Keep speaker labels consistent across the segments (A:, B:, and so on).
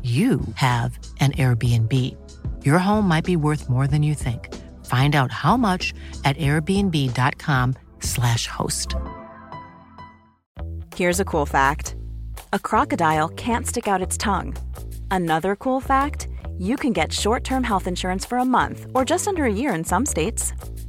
A: you have an Airbnb. Your home might be worth more than you think. Find out how much at airbnb.com/slash host.
B: Here's a cool fact a crocodile can't stick out its tongue. Another cool fact you can get short term health insurance for a month or just under a year in some states.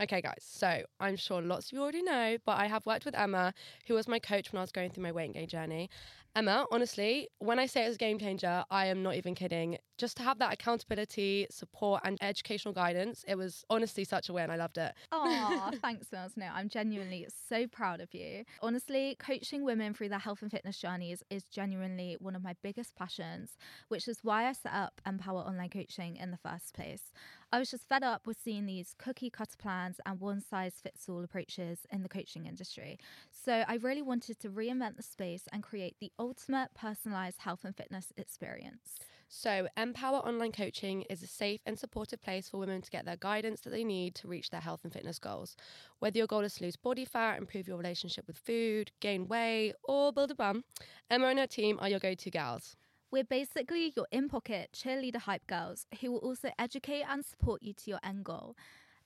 C: Okay, guys, so I'm sure lots of you already know, but I have worked with Emma, who was my coach when I was going through my weight gain journey. Emma, honestly, when I say it was a game changer, I am not even kidding. Just to have that accountability, support, and educational guidance, it was honestly such a win. I loved it.
D: Oh, thanks, Mills. No, I'm genuinely so proud of you. Honestly, coaching women through their health and fitness journeys is genuinely one of my biggest passions, which is why I set up Empower Online Coaching in the first place. I was just fed up with seeing these cookie cutter plans and one size fits all approaches in the coaching industry. So I really wanted to reinvent the space and create the ultimate personalized health and fitness experience.
C: So, Empower Online Coaching is a safe and supportive place for women to get their guidance that they need to reach their health and fitness goals. Whether your goal is to lose body fat, improve your relationship with food, gain weight, or build a bum, Emma and her team are your go to gals.
D: We're basically your in pocket cheerleader hype girls who will also educate and support you to your end goal.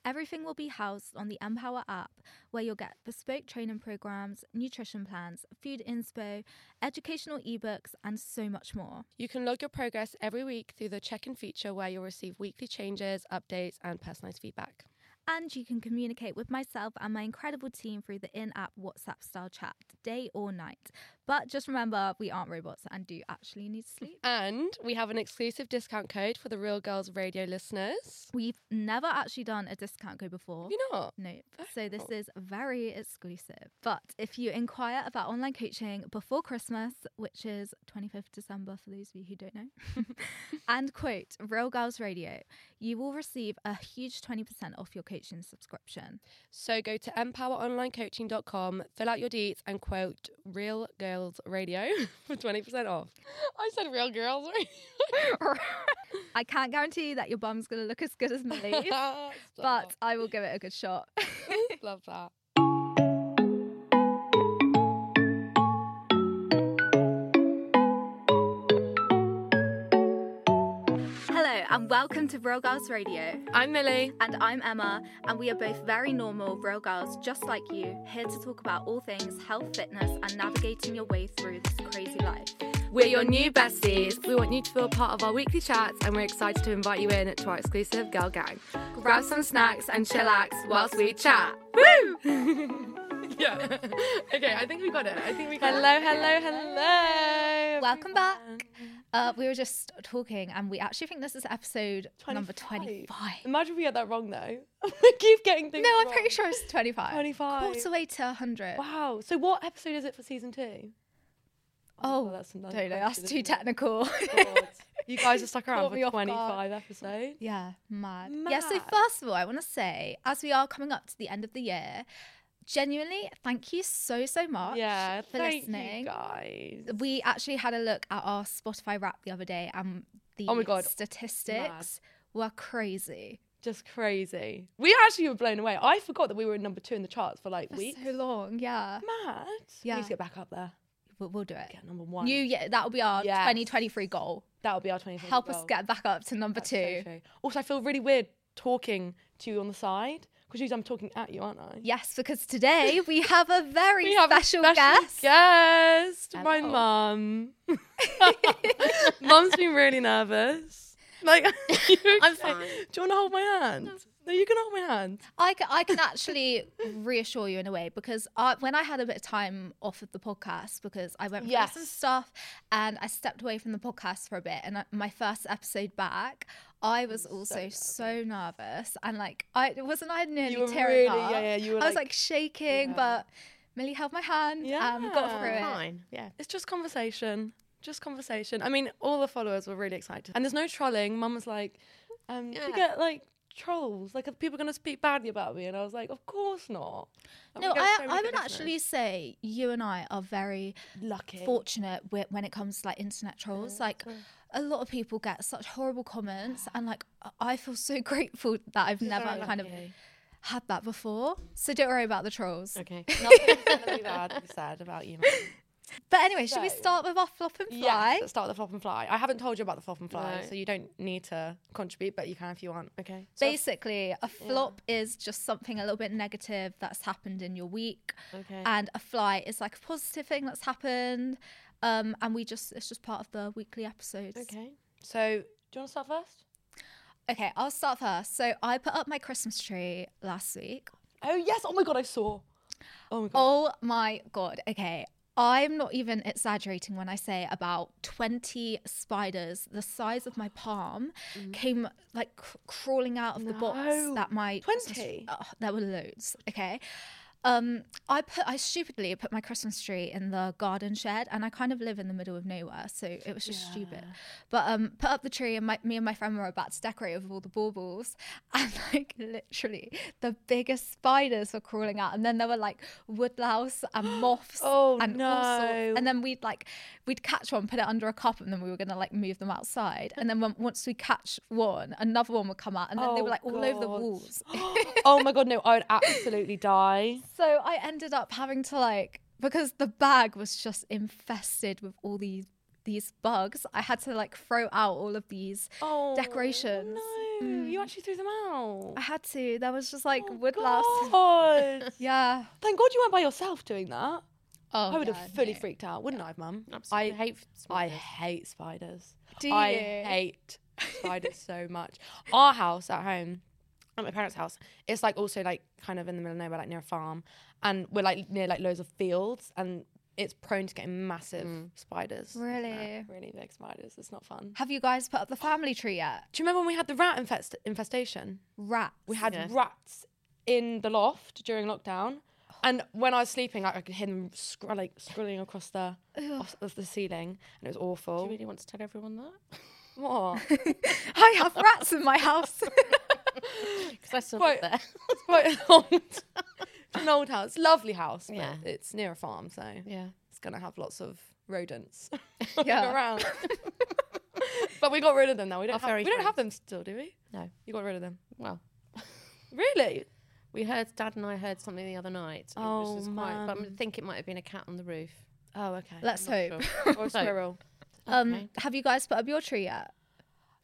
D: Everything will be housed on the Empower app, where you'll get bespoke training programs, nutrition plans, food inspo, educational ebooks, and so much more.
C: You can log your progress every week through the check in feature where you'll receive weekly changes, updates, and personalised feedback.
D: And you can communicate with myself and my incredible team through the in app WhatsApp style chat, day or night. But just remember, we aren't robots and do actually need sleep.
C: And we have an exclusive discount code for the Real Girls Radio listeners.
D: We've never actually done a discount code before.
C: You know,
D: Nope. So this is very exclusive. But if you inquire about online coaching before Christmas, which is 25th December for those of you who don't know, and quote Real Girls Radio, you will receive a huge 20% off your coaching subscription.
C: So go to empoweronlinecoaching.com, fill out your deets, and quote Real Girls Radio for 20% off. I said Real Girls
D: I can't guarantee that your bum's going to look as good as Millie's,
C: Radio.
D: but I will give it a good shot.
C: Love that.
D: Hello, and welcome to Real Girls Radio.
C: I'm Millie.
D: And I'm Emma, and we are both very normal, real girls just like you, here to talk about all things health, fitness, and navigating your way through this crazy life.
C: We're your new besties. We want you to feel part of our weekly chats, and we're excited to invite you in to our exclusive girl gang. Grab some snacks and chillax whilst we chat. Woo! yeah. Okay, I think we got it. I think we got hello, it. Hello, hello, hello.
D: Welcome back. Uh, we were just talking, and we actually think this is episode number 25.
C: Imagine we get that wrong though. I keep getting things.
D: No, I'm
C: wrong.
D: pretty sure it's 25.
C: 25.
D: Quarter way to 100.
C: Wow. So what episode is it for season two?
D: Oh,
C: well, that's
D: don't know,
C: another
D: that's
C: question,
D: too
C: isn't
D: technical.
C: God. You guys are stuck around
D: Caught me
C: for
D: off guard.
C: 25 episodes.
D: Yeah, mad. Yeah, so
C: Mad.
D: first of all, I want to say, as we are coming up to the end of the year, genuinely, thank you so, so much
C: Yeah,
D: for
C: thank
D: listening.
C: you guys.
D: We actually had a look at our Spotify wrap the other day, and the
C: Oh my God,
D: statistics were crazy.
C: Just crazy. We actually were blown away. I forgot that we were in number two in the charts for like
D: For
C: weeks.
D: so long, yeah.
C: Mad. We
D: Yeah.
C: need to get back up there.
D: We'll, we'll do it.
C: Get number one.
D: You, yeah, that'll be our
C: Yes.
D: 2023 goal.
C: That'll be our 25th
D: Help us
C: goal.
D: get back up to number
C: That's so
D: two.
C: true. also, I feel really weird talking to you on the side because usually I'm talking at you, aren't I?
D: Yes, because today we have a very
C: We have a
D: special, guest.
C: guest, my
D: Hello.
C: mum. Mum's been really nervous. Like, you
E: I'm
C: say,
E: fine.
C: Do you want to hold my hand? No, you can hold my hand.
D: I can, I can actually reassure you in a way because I, when I had a bit of time off of the podcast because I went through some
E: Yes.
D: stuff and I stepped away from the podcast for a bit and I, my first episode back I was also so, nervous and like I wasn't I nearly
C: were
D: tearing
C: really-
D: up
C: yeah, yeah, you were
D: I was
C: like-
D: like shaking but Millie held my hand um, got
C: Yeah.
D: through it
E: Fine. Yeah.
C: It's just conversation. Just conversation. I mean, all the followers were really excited. And there's no trolling. Mum was like, um, do you
E: Yeah.
C: get like trolls? Like, are people going to speak badly about me? And I was like, of course not. Like, we
D: no
C: get
D: I,
C: so many
D: I
C: good
D: would
C: listeners.
D: actually say you and I are very
C: Lucky. Mm,
D: fortunate wi- when it comes to like internet trolls. like a lot of people get such horrible comments, and like I- I feel so grateful that I've never kind of had that before. So don't worry about the trolls.
E: Okay.
C: Nothing's going to be bad to be said about you, Mum.
D: But anyway, should we
C: So-
D: start with our flop and
C: Yes,
D: fly?
C: let's start with the flop and fly. I haven't told you about the flop and fly,
E: No.
C: so you don't need to contribute, but you can if you want. Okay.
D: Basically, a flop is just something a little bit negative that's happened in your week,
E: Okay.
D: and a fly is like a positive thing that's happened. Um, and we just it's just part of the weekly episodes.
E: okay.
C: So, do you want to start first?
D: Okay, I'll start first. So I put up my Christmas tree last week.
C: Oh yes! Oh my god, I saw. Oh my god.
D: Oh my god. Okay. I'm not even exaggerating when I say about 20 spiders the size of my palm came like cr- crawling out of the box
C: No.
D: that my
C: 20?
D: Oh, there were loads. Okay. Um I put I stupidly put my Christmas tree in the garden shed and I kind of live in the middle of nowhere so it was just stupid. But um put up the tree and my, me and my friend were about to decorate with all the baubles and like literally the biggest spiders were crawling out and then there were like woodlouse and moths
C: Oh,
D: and all sorts.
C: no.
D: And then we'd like we'd catch one, put it under a cup, and then we were gonna like move them outside. And then when, once we catch one, another one would come out, and then they were
C: Oh,
D: like all over the
C: God.
D: walls.
C: oh my god, no! I would absolutely die.
D: so I ended up having to like because the bag was just infested with all these these bugs. I had to like throw out all of these
C: Oh
D: decorations.
C: No, you actually threw them out.
D: I had to. There was just like
C: Oh,
D: woodlouse.
C: God.
D: Yeah.
C: Thank God you weren't by yourself doing that.
D: Oh,
C: I would
D: yeah,
C: have fully
D: no.
C: freaked out, wouldn't I, Mum?
E: Absolutely.
C: I hate. I hate spiders.
D: Do
C: I
D: you?
C: hate spiders so much. Our house at home, at my parents' house, it's like also like kind of in the middle of nowhere, like near a farm, and we're like near like loads of fields, and it's prone to getting massive spiders.
D: Really?
C: Mm. Really big spiders. It's not fun.
D: Have you guys put up the family tree yet?
C: Do you remember when we had the rat infest- infestation?
D: Rats.
C: We had
E: Yeah.
C: rats in the loft during lockdown.
E: Oh.
C: And when I was sleeping, I, I could hear them scr- like scrolling across the off of the ceiling, and it was
E: Do
C: awful.
E: you really want to tell everyone that?
C: what?
D: I have rats in my house.
E: Because I saw
C: Quite-
E: it there.
C: It's quite an old, it's an old house, lovely house. But
E: Yeah.
C: it's near a farm, so
E: yeah.
C: it's gonna have lots of rodents walking
D: Yeah.
C: around. but we got rid of them now. We
E: Our
C: don't. Have,
E: furry
C: we don't have them still, do we?
E: No.
C: You got rid of them.
E: Well,
C: Really?
E: we heard Dad and I heard something the other night. and it
C: Oh,
E: was just quite, but I
C: man.
E: think it might have been a cat on the roof.
C: Oh, okay.
D: Let's
E: I'm
D: hope.
E: not
C: or a
E: So-
C: squirrel.
D: Um,
E: Okay.
D: have you guys put up your tree yet?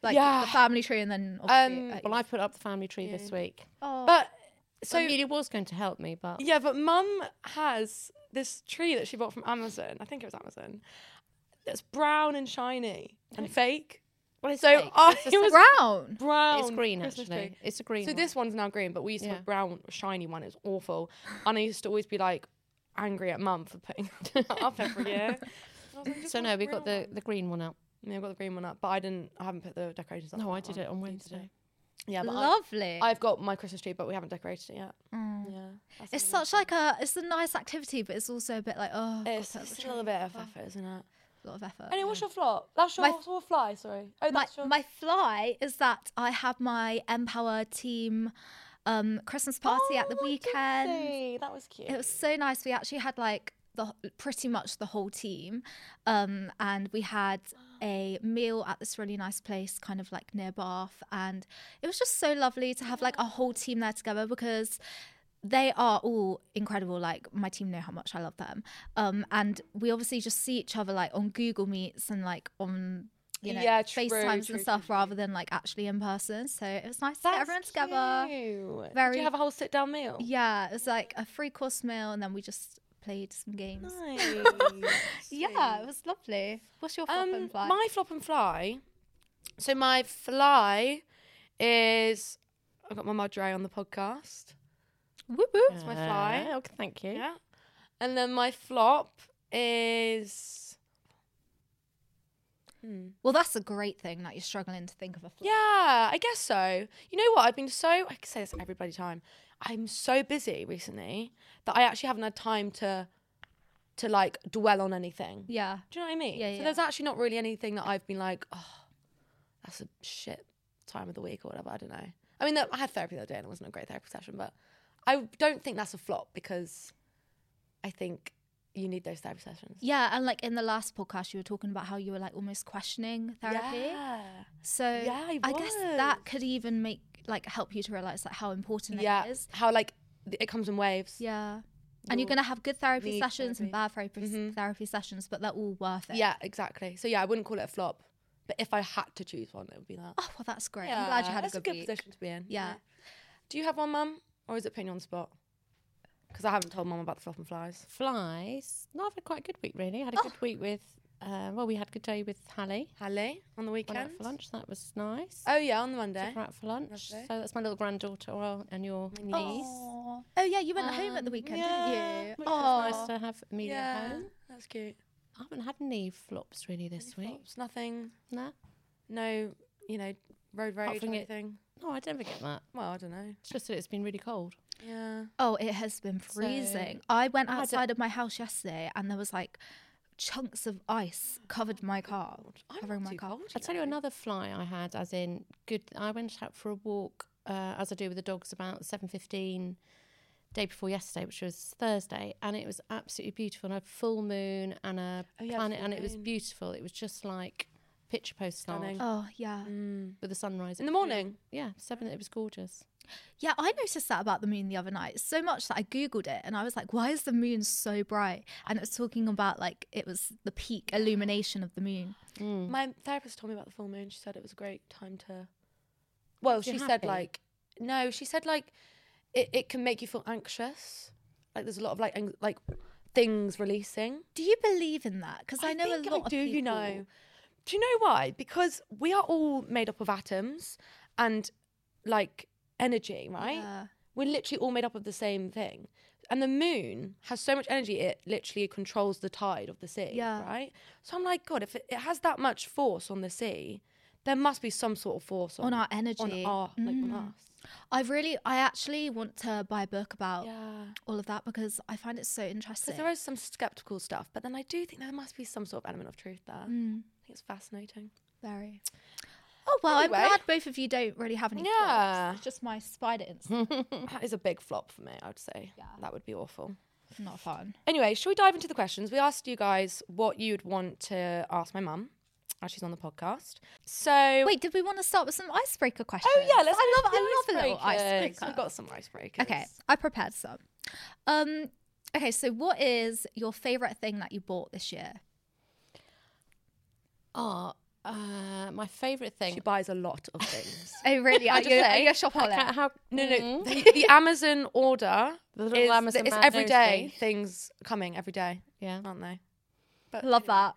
D: Like
C: Yeah.
D: the family tree, and then obviously,
C: Um,
D: uh,
E: Well, I put up the family tree this week.
D: oh,
C: But
E: So
C: so
E: it really was going to help me, but
C: yeah, but Mum has this tree that she bought from Amazon. I think it was Amazon. That's brown and shiny and fake.
E: well, it's
C: So
E: fake.
C: I
E: It's a
C: was
D: brown.
C: brown.
E: It's green
C: Christmas
E: actually.
C: tree.
E: It's a green.
C: So
E: one.
C: this one's now green, but we used to
E: Yeah.
C: have brown, shiny one. It was awful. And I used to always be like angry at mum for putting it up every year. And I was like, "Just
E: So
C: want
E: no,
C: the
E: we got
C: brown
E: the the green one up.
C: one." Yeah, I got the green one up, but I didn't. I haven't put the decorations up.
E: No,
C: for
E: I
C: that
E: did
C: one.
E: it on
C: You Oh, did
E: Wednesday.
C: Yeah, but I've-
D: Lovely.
C: I've got my Christmas tree, but we haven't decorated it yet.
D: Mm.
C: Yeah, that's
D: It's
C: another
D: such like a it's a nice activity, but it's also a bit like oh,
C: thing.
D: gotta
C: It's,
D: put up the
C: it's
D: tree.
C: a little bit of effort, isn't it?
D: a lot of effort.
C: Anyway, what's your flop? That's your
D: My-
C: what's your fly. Sorry.
D: my,
C: Oh, that's your.
D: my fly is that I had my Empower team um, Christmas party at the
C: Oh, I did
D: weekend.
C: see. That was cute.
D: It was so nice. We actually had like the wh- pretty much the whole team, um, and we had a meal at this really nice place, kind of like near Bath, and it was just so lovely to have like a whole team there together because they are all incredible like my team know how much i love them um and we obviously just see each other like on google meets and like on you know,
C: Yeah, true,
D: FaceTimes
C: true,
D: and stuff
C: true, true.
D: rather than like actually in person. So it was nice to get everyone together.
C: Cute. Did
D: Very-
C: you have a whole sit down meal?
D: Yeah, it was like a three course meal and then we just played some games.
C: Nice.
D: Yeah, it was lovely. What's your flop
C: Um,
D: and fly?
C: my flop and fly. So my fly is I got my madre on the podcast.
D: Woo woo.
C: That's my fly.
E: Oh, thank you.
C: Yeah. And then my flop is
D: Well, that's a great thing that you're struggling to think of a flop.
C: yeah, I guess so. You know what? I've been so I say this every bloody time. I'm so busy recently that I actually haven't had time to to like dwell on anything.
D: Yeah.
C: Do you know what I mean?
D: Yeah,
C: so
D: yeah.
C: there's actually not really anything that I've been like, oh, that's a shit time of the week or whatever. I don't know. I mean, I had therapy the other day and it wasn't a great therapy session, but I don't think that's a flop because I think you need those therapy sessions.
D: Yeah, and like in the last podcast, you were talking about how you were like almost questioning therapy.
C: Yeah.
D: So
C: Yeah, I
D: guess that
C: was.
D: could even make like help you to realize like how important
C: yeah.
D: it is.
C: How like th- it comes in waves.
D: Yeah. And you're
C: You'll
D: gonna have good therapy
C: need
D: sessions and bad therapy therapy sessions, but they're all worth it.
C: Mm-hmm. Yeah, exactly. So yeah, I wouldn't call it a flop, but if I had to choose one, it would be that.
D: Oh well, that's great. I'm glad you had a
C: that's
D: good,
C: a good
D: week.
C: position to be in.
D: Yeah.
C: Do you have one, mum, or is it putting you on the spot? Because I haven't told mum about the flop and flies.
E: Flies. No, I've had quite a good week really.
C: Oh.
E: I had a good week with. Uh, well, we had a good day with Hallie.
C: Halle on the
E: Went
C: weekend.
E: out for lunch. That was nice.
C: Oh yeah, on the Monday.
E: Took her out for lunch.
C: Lovely. Oh.
E: So that's my little granddaughter well, and your niece.
D: Aw. Oh yeah, you went home
C: Um,
D: at the weekend,
E: yeah,
D: didn't you? Oh,
E: Which was
D: Aw.
E: nice to have Amelia
C: Yeah,
E: at home.
C: that's cute.
E: I haven't had any flops really this week.
C: Flops, nothing.
E: No,
C: No, you know, road rage or
E: from it-
C: anything.
E: no, I don't forget that.
C: Well, I don't know.
E: It's just that it's been really cold.
C: Yeah.
D: Oh, it has been freezing. I went
E: I don't-
D: outside of my house yesterday, and there was like chunks of ice covered my car,
C: Oh, I'm
D: covering
C: not
D: my
C: too
D: car.
C: cold.
E: I'll tell you another fly I had, as in good. I went out for a walk, uh, as I do with the dogs, about seven fifteen, day before yesterday, which was Thursday, and it was absolutely beautiful. And a full moon and a
C: Oh, yeah,
E: planet,
C: full
E: and it was
C: moon.
E: beautiful. It was just like picture postcard
C: Stunning.
D: Oh yeah,
C: Mm.
E: with the sunrise
C: In the
E: It was
C: morning?
E: really- Yeah, seven. It was gorgeous.
D: yeah. I noticed that about the moon the other night so much that I googled it, and I was like, "Why is the moon so bright?" And it was talking about like it was the peak illumination of the moon.
C: My therapist told me about the full moon. She said it was a great time to. Well,
E: you
C: she said
E: happy?
C: like no. She said like it, it can make you feel anxious. Like there's a lot of like ang- like things releasing.
D: Do you believe in that? Because I, know
C: think
D: a lot
C: I do,
D: of people.
C: you know. Do you know why? Because we are all made up of atoms and like energy, right?
D: Yeah.
C: We're literally all made up of the same thing. And the moon has so much energy, it literally controls the tide of the sea,
D: Yeah.
C: right? So I'm like, God, if it, it has that much force on the sea, there must be some sort of force on,
D: On our
C: on
D: energy. Mm.
C: our, like on us.
D: I really, I actually want to buy a book about
C: Yeah.
D: all of that because I find it so
C: Because
D: interesting.
C: there is some skeptical stuff, but then I do think there must be some sort of element of truth there.
D: Mm,
C: I think it's fascinating.
D: very. Oh well,
C: Anyway.
D: I'm glad both of you don't really have any. flops.
C: Yeah.
D: It's just my spider incident.
C: That is a big flop for me, I would say. That would be awful.
D: Not fun.
C: Anyway, shall we dive into the questions? We asked you guys what you'd want to ask my mum as she's on the podcast. So
D: Wait, did we want to start with some icebreaker questions?
C: oh yeah, let's
D: I
C: go
D: love,
C: to
D: I
C: the
D: love a little
C: icebreakers.
D: icebreaker.
C: We've got some icebreakers.
D: Okay, I prepared some. Um, okay, so what is your favorite thing that you bought this year?
E: Oh, uh, my favourite thing.
C: She buys a lot of things.
D: Oh really? Are
C: I just
D: you, are
C: say-
D: you a shopaholic?
E: Ca- How,
C: no, no,
E: Mm.
C: the, the Amazon order
E: The
C: is
E: little Amazon
C: it's
E: man
C: every
E: knows
C: day
E: things.
C: things coming every day,
E: Yeah.
C: aren't they?
D: Love that.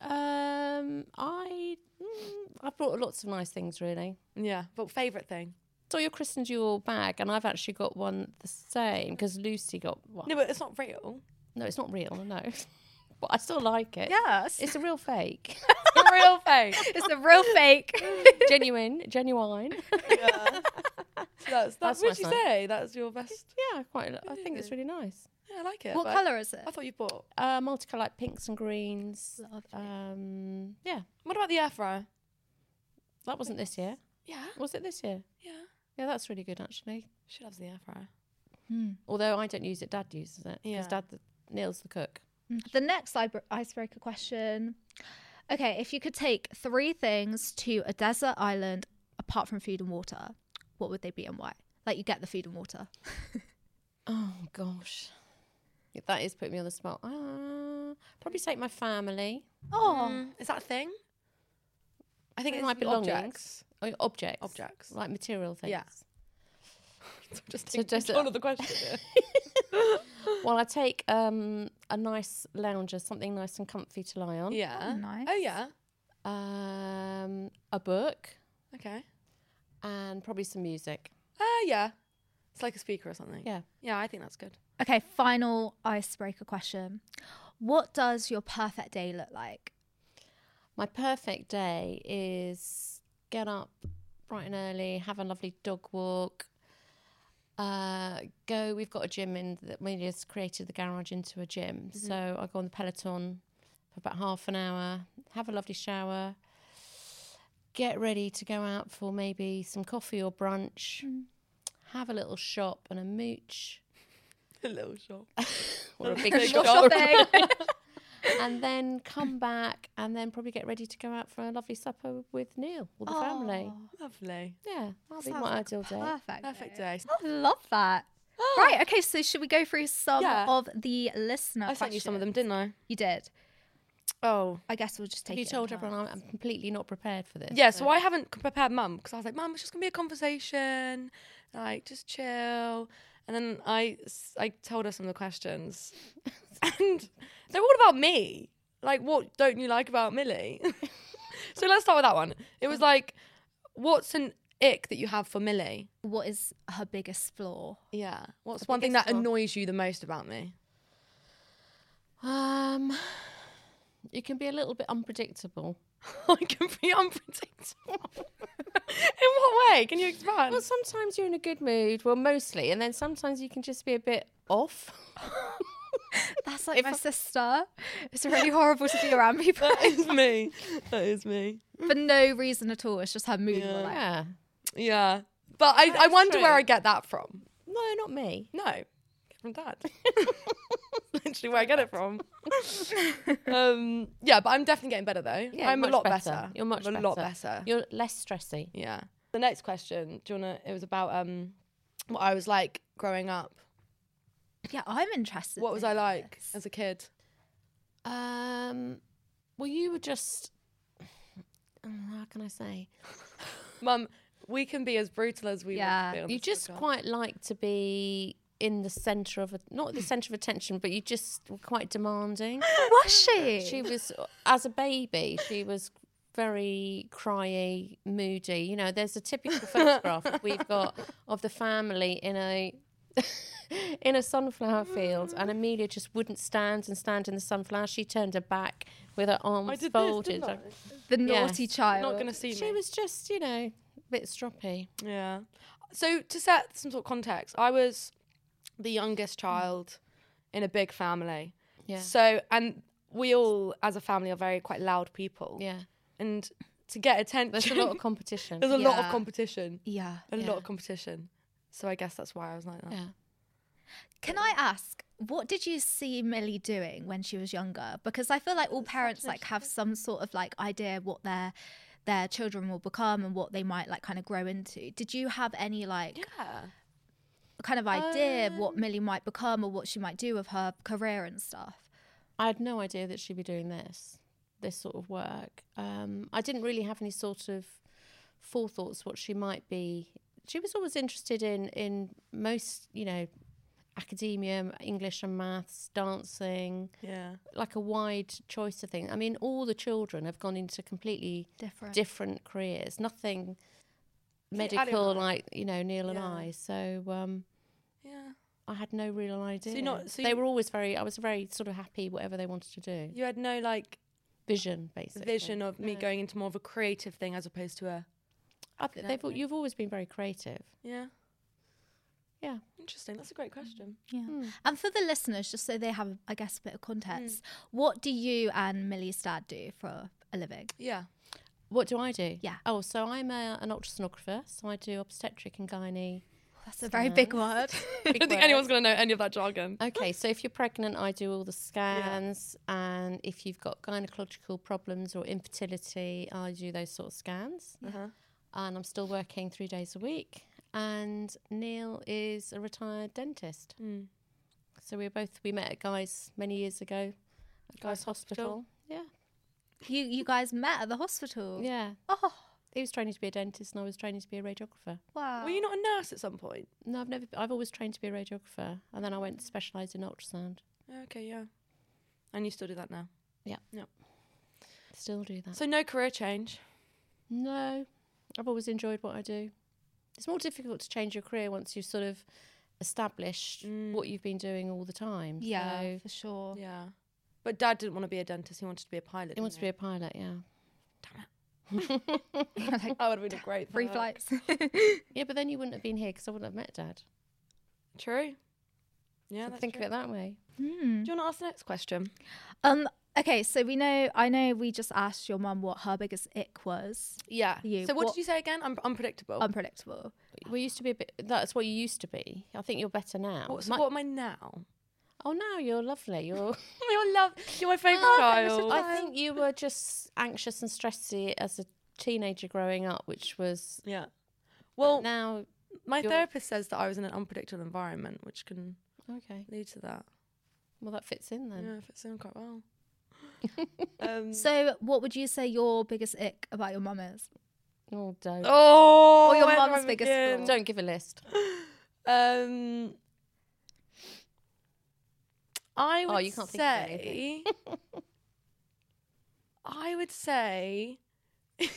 E: Um, I mm, I brought lots of nice things really.
C: Yeah, but favorite thing.
E: So you christened your bag, and I've actually got one the same because Lucy got one.
C: No, but it's not real.
E: No, it's not real, no. but I still like it.
D: Yes.
E: It's a real fake.
C: The real thing.
D: It's a real fake.
E: genuine, genuine.
C: That's, that's what
E: That's my
C: you
E: sign.
C: say. That's your best.
E: Yeah, I quite. li- I think it's really nice.
C: Yeah, I like it.
D: what
C: but I-
D: color is it?
C: I thought you bought.
E: Uh, multicolour, like pinks and greens.
D: Lovely.
E: Um, yeah,
C: What about the air fryer?
E: that wasn't this year.
C: Yeah,
E: Was it this year?
C: yeah.
E: Yeah, that's really good actually.
C: She loves the air fryer.
E: Although I don't use it, Dad uses it.
C: Yeah.
E: Because Dad, the, Neil's the cook.
D: The next ibre- icebreaker question. Okay, if you could take three things to a desert island apart from food and water, what would they be and why? Like you get the food and water.
E: Oh gosh, that is putting me on the Ah, spot. Uh, probably take my family.
D: Oh,
C: Mm, is that a thing?
E: I think it
C: It's
E: might
C: the
E: belongings.
C: objects.
E: Oh, objects.
C: Objects.
E: Like material things.
C: Yeah. just
E: So
C: take
E: just a-
C: control of the question. here.
E: Well, I take um, a nice lounger, something nice and comfy to lie on.
C: yeah.
D: nice.
C: Oh yeah.
E: Um, a book
C: Okay.
E: and probably some music.
C: Uh yeah. It's like a speaker or something.
E: Yeah.
C: Yeah, I think that's good.
D: Okay, final icebreaker question. What does your perfect day look like?
E: My perfect day is get up bright and early, have a lovely dog walk. Uh, go. We've got a gym in that we just created the garage into a gym.
C: Mm-hmm.
E: So I go on the Peloton for about half an hour, have a lovely shower, get ready to go out for maybe some coffee or brunch, have a little shop and a mooch
C: Mm-hmm. A little shop.
E: or a big
C: Big
E: shop,
C: shop.
E: and then come back and then probably get ready to go out for a lovely supper with Neil or the family.
C: Lovely.
E: Yeah, that'll be
D: Sounds
E: my
D: like
E: ideal day.
D: Perfect.
C: Perfect day.
D: I love that. right. Okay. So should we go through some
C: Yeah.
D: of the listener?
C: I sent you some of them,
D: questions?
C: didn't I?
D: You did.
C: Oh.
D: I guess we'll just take.
E: Have you
D: it in
E: told
D: turns.
E: everyone I'm, I'm completely not prepared for this?
C: Yeah, so I haven't c- prepared mum because I was like, mum, it's just gonna be a conversation, like just chill. And then I, s- I told her some of the questions, and they're all about me. Like, what don't you like about Millie? so let's start with that one. It was like, what's an ick that you have for Millie?
D: What is her biggest flaw?
C: Yeah. What's
E: The
C: one thing
E: biggest
C: that
E: one.
C: annoys you the most about me?
E: Um, you can be a little bit unpredictable.
C: I can be unpredictable. In what way? Can you expand?
E: Well, sometimes you're in a good mood. Well, mostly, and then sometimes you can just be a bit off.
D: That's like my sister. It's really horrible to be around people
C: that is me. That is me.
D: for no reason at all. It's just her mood. We're like,
E: yeah.
C: Yeah. But I, I
E: That's
C: wonder where
E: true.
C: I get that from.
E: No, not me.
C: No. From dad. Literally where I get it from. um, yeah, but I'm definitely getting better though.
E: Yeah,
C: I'm a
E: much
C: lot better.
E: You're much
C: I'm a
E: better.
C: lot better.
E: You're less stressy.
C: Yeah. The next question, do you wanna it was about um what I was like growing up.
D: yeah, I'm interested.
C: What was
D: in
C: I like
D: this."
C: as a kid?
E: Um, well, you were just. Oh, how can I say?
C: Mum, we can be as brutal as we
D: Yeah.
C: want to be on
E: You
C: this
E: just
C: podcast.
E: quite like to be in the centre of a, not the centre of attention, but you just were quite demanding.
D: Was she?
E: she was as a baby she was very cryy moody you know there's a typical photograph that we've got of the family in a in a sunflower field and amelia just wouldn't stand and stand in the sunflower she turned her back with her arms
C: I did this,
E: folded
C: didn't I?
D: the naughty
E: Yes.
D: child.
C: Not gonna see
E: she
C: me.
E: was just you know a bit stroppy
C: Yeah. So to set some sort of context, I was the youngest child in a big family.
E: yeah
C: So and we all as a family are very quite loud people.
E: yeah
C: And to get attention
E: there's a lot of competition
C: there's a lot of
D: Yeah.
C: competition.
D: Yeah.
C: A
E: Yeah.
C: lot of competition. So I guess that's why I was like that.
E: yeah
D: Can I ask, what did you see Millie doing when she was younger? Because I feel like all parents like have some sort of like idea what their their children will become and what they might like kind of grow into. Did you have any like kind of idea what
C: Um,
D: Millie might become or what she might do with her career and stuff?
E: I had no idea that she'd be doing this, this sort of work. Um, I didn't really have any sort of forethoughts what she might be. She was always interested in in most, you know, academia, English and maths, dancing,
C: Yeah.
E: like a wide choice of things. I mean, all the children have gone into completely
D: Different.
E: different careers. Nothing
C: Ali
E: medical
C: and I.
E: like you know Neil and
C: Yeah.
E: I. So. Um,
C: Yeah.
E: I had no real idea.
C: not- so
E: they
C: you-
E: were always very. I was very sort of happy, whatever they wanted to do.
C: You had no like
E: Vision, basically.
C: vision of me going into more of a creative thing as opposed to a
E: I think they've, al- you've always been very creative.
C: Yeah.
E: Yeah.
C: Interesting. That's a great question.
D: Yeah. And for the listeners, just so they have, I guess, a bit of context, what do you and Millie's dad do for a living?
C: Yeah.
E: What do I do?
D: Yeah.
E: Oh, so I'm a, an ultrasonographer. So I do obstetric and gynae.
D: That's a very big word.
C: I don't think anyone's gonna know any of that jargon.
E: Okay, so if you're pregnant, I do all the scans, and if you've got gynecological problems or infertility, I do those sort of scans.
C: Uh-huh.
E: And I'm still working three days a week. And Neil is a retired dentist.
C: Hmm.
E: So we were both we met at Guy's many years ago, at Guy's, Hospital. Yeah,
D: You you guys met at the hospital.
E: Yeah.
D: Oh
E: He was training to be a dentist and I was training to be a radiographer.
D: wow.
C: Were you not a nurse at some point?
E: No, I've never. I've always trained to be a radiographer, and then I went specialised in ultrasound.
C: Okay, yeah. And you still do that now.
E: Still do that.
C: So no career change.
E: no, I've always enjoyed what I do. It's more difficult to change your career once you've sort of established
C: Mm.
E: what you've been doing all the time.
D: yeah,
E: so
D: for sure.
C: Yeah. But dad didn't want to be a dentist. He wanted to be a pilot.
E: he wants to be a pilot. Yeah,
D: like,
C: I would have been a great
D: free
C: fuck.
D: flights.
E: yeah, but then you wouldn't have been here because I wouldn't have met Dad.
C: True. Yeah.
E: So
C: That's
E: think
C: true.
E: of it that way.
D: Hmm.
C: Do you want to ask the next question?
D: Um. Okay, so we know. I know. We just asked your mum what her biggest ick was.
C: Yeah.
D: You-
C: So what,
D: what-
C: did you say again? I'm unpredictable.
D: Unpredictable.
E: We used to be a bit. That's what you used to be. I think you're better now.
C: what, so
E: My-
C: what am I now?
E: Oh, now you're lovely. You're.
C: You're love. You're my favourite child.
E: I think Oh, you were just anxious and stressy as a teenager growing up, which was
C: yeah. Well,
E: now
C: my
E: you're-
C: therapist says that I was in an unpredictable environment, which can
E: okay.
C: lead to that.
E: Well, that fits in then.
C: Yeah, it fits in quite well. um,
D: So, what would you say your biggest ick about your mum is?
E: Oh, don't.
C: oh,
D: Or your
C: where do I
D: mum's biggest
C: begin?
D: flaw.
E: Don't give a list.
C: Um, I
E: Oh,
C: would
E: you can't think of
C: say.
E: anything.
C: I would say.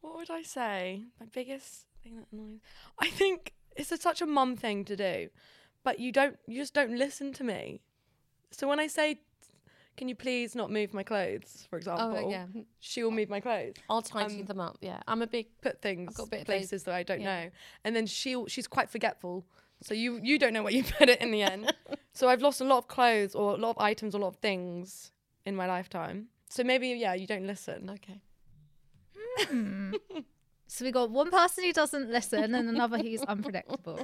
C: what would I say? My biggest thing that annoys. I think it's a, such a mum thing to do, but you don't. You just don't listen to me. So when I say, "Can you please not move my clothes?" for
E: Oh,
C: example,
E: yeah.
C: she will move my clothes
E: I'll tighten
C: Um,
E: them up. Yeah, I'm a big.
C: put things
E: got a bit of those-
C: places that I don't
E: yeah.
C: know. And then she she's quite forgetful. So you you don't know where you put it in the end. so I've lost a lot of clothes or a lot of items, a lot of things in my lifetime. So maybe yeah, you don't listen.
E: Okay.
D: So we got one person who doesn't listen and another who's unpredictable.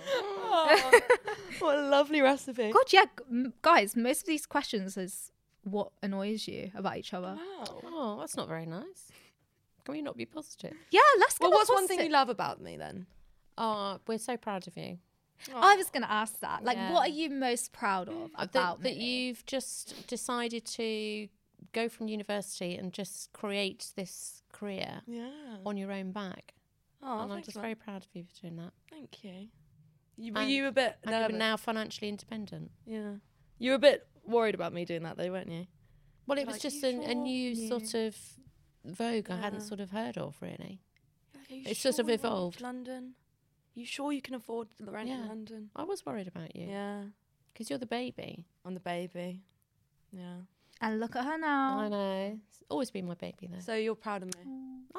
C: what a lovely recipe.
D: God, yeah, g- m- guys, most of these questions is what annoys you about each other.
E: Oh, that's not very nice. Can we not be positive?
D: Yeah, let's go.
C: Well, what's one thing you love about me then? Oh.
E: Oh, we're so proud of you.
D: I was going to ask that. Like,
E: Yeah.
D: what are you most proud of
E: Uh, That,
D: about
E: that
D: me?
E: you've just decided to go from university and just create this career
C: Yeah.
E: on your own back.
C: Oh,
E: and I'm
C: thanks,
E: just
C: Mum.
E: very proud of you for doing that.
C: Thank you. you were
E: And-
C: you a bit
E: And you're
C: nervous?
E: now financially independent.
C: yeah. You were a bit worried about me doing that though, weren't you?
E: Well, it was
C: Like,
E: just
C: you
E: an, a
C: sure?
E: new
D: Yeah.
E: sort of vogue I hadn't
C: Yeah.
E: sort of heard of, really.
C: Like, are you
E: It's sort
C: sure
E: of
C: you want to move
E: evolved.
C: to London. You sure you can afford the rent
E: Yeah.
C: in London?
E: I was worried about you
C: Yeah.
E: because you're the baby.
C: On the baby. Yeah.
D: And look at her
E: I
D: now.
E: know. It's always been my baby, though.
C: So you're proud of me.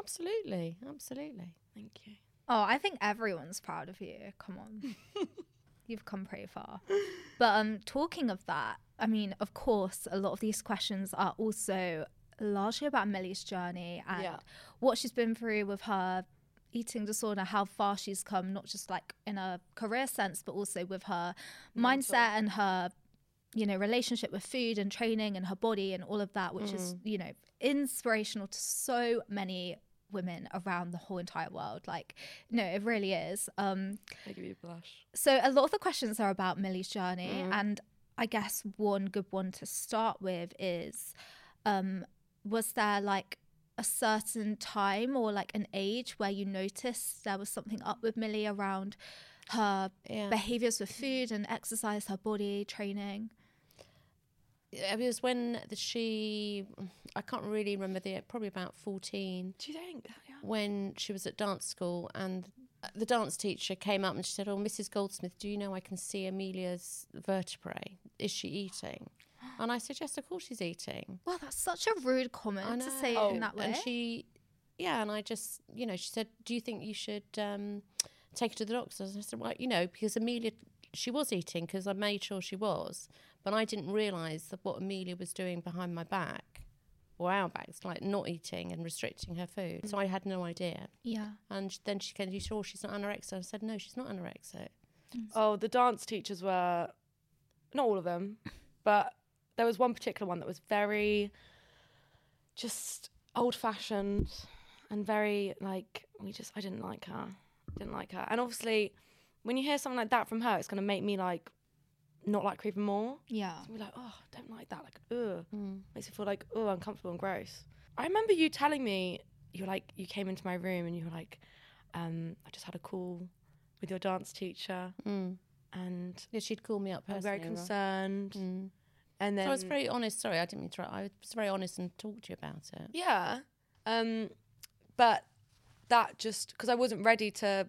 E: absolutely, absolutely.
C: Thank you.
D: Oh, I think everyone's proud of you. Come on. You've come pretty far. But um talking of that, I mean, of course, a lot of these questions are also largely about Millie's journey and
C: Yeah.
D: what she's been through with her eating disorder, how far she's come, not just like in a career sense, but also with her mindset and her you know relationship with food and training and her body and all of that which is you know inspirational to so many women around the whole entire world like no it really is um
C: I give you a blush.
D: so a lot of the questions are about millie's journey and i guess one good one to start with is um was there like a certain time or like an age where you noticed there was something up with millie around her
E: Yeah.
D: behaviors with food and exercise her body training
E: It was when the, she, I can't really remember the, probably about 14,
C: Do you think? Yeah.
E: when she was at dance school and the dance teacher came up and she said, Oh, Mrs. Goldsmith, do you know I can see Amelia's vertebrae? Is she eating? And I said, Yes, of course she's eating.
D: Well, that's such a rude comment to say
C: Oh,
D: it in that way.
E: And she, yeah, and I just, you know, she said, "Do you think you should um, take her to the doctors?" And I said, "Well, you know, because Amelia, she was eating because I made sure she was, but I didn't realise that what Amelia was doing behind my back, or our backs, like not eating and restricting her food. So I had no idea."
D: yeah.
E: And sh- then she came, "You sure she's not anorexic?" I said, "No, she's not anorexic."
C: Oh, the dance teachers were not all of them, but there was one particular one that was very just old fashioned and very like we just I didn't like her. Didn't like her. And obviously when you hear something like that from her, it's gonna make me like not like creeping more.
D: Yeah.
C: So we're like, oh, I don't like that. Like, ugh.
E: Mm.
C: Makes me feel like, oh, uncomfortable and gross. I remember you telling me, you're like, you came into my room and you were like, um, I just had a call with your dance teacher
E: Mm.
C: and
E: Yeah, she'd call me up
C: I'm
E: personally.
C: very
E: rather-
C: concerned.
E: Mm.
C: And then
E: So I was very honest. Sorry, I didn't mean to. I was very honest and talked to you about it.
C: Yeah. Um, but that just because I wasn't ready to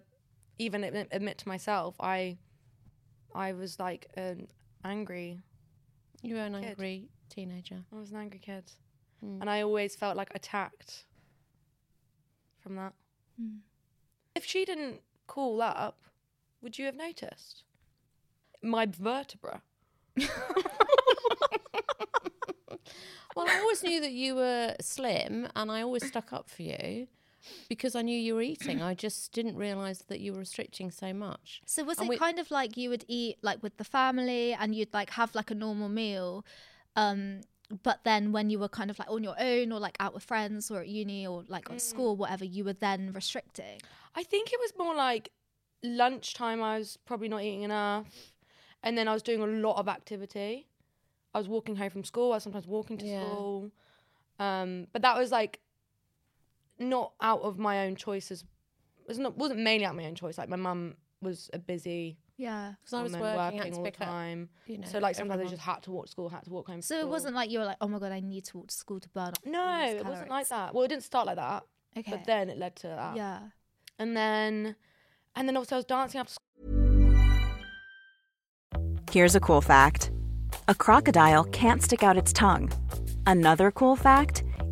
C: even admit, admit to myself, I I was like an angry.
E: You were an
C: Good.
E: angry teenager.
C: I was an angry kid,
E: Mm.
C: and I always felt like attacked from that.
D: Mm.
C: If she didn't call up, would you have noticed my vertebra?
E: Well, I always knew that you were slim, and I always stuck up for you because I knew you were eating. I just didn't realise that you were restricting so much.
D: So was
E: And
D: it
E: we-
D: kind of like you would eat like with the family and you'd like have like a normal meal, um, but then when you were kind of like on your own or like out with friends or at uni or like
C: Mm.
D: at school, whatever, you were then restricting.
C: I think it was more like lunchtime. I was probably not eating enough, and then I was doing a lot of activity. I was walking home from school. I was sometimes walking to
E: Yeah.
C: school, um, but that was like not out of my own choices. It was not wasn't mainly out of my own choice. Like my mum was a busy
D: Yeah.
E: Because I was
C: woman,
E: working,
C: working,
E: had to
C: all the
E: pick up,
C: time,
E: you know,
C: so like sometimes I
E: everyone.
C: just had to walk to school, had to walk home.
D: So it wasn't like you were like, oh my god, I need to walk to school to burn off. all
C: No,
D: these
C: it wasn't like
D: calories."
C: that. Well, it didn't start like that,
D: Okay.
C: but then uh it led to that.
D: yeah.
C: And then, and then also I was dancing after
B: Here's a cool fact a crocodile can't stick out its tongue. Another cool fact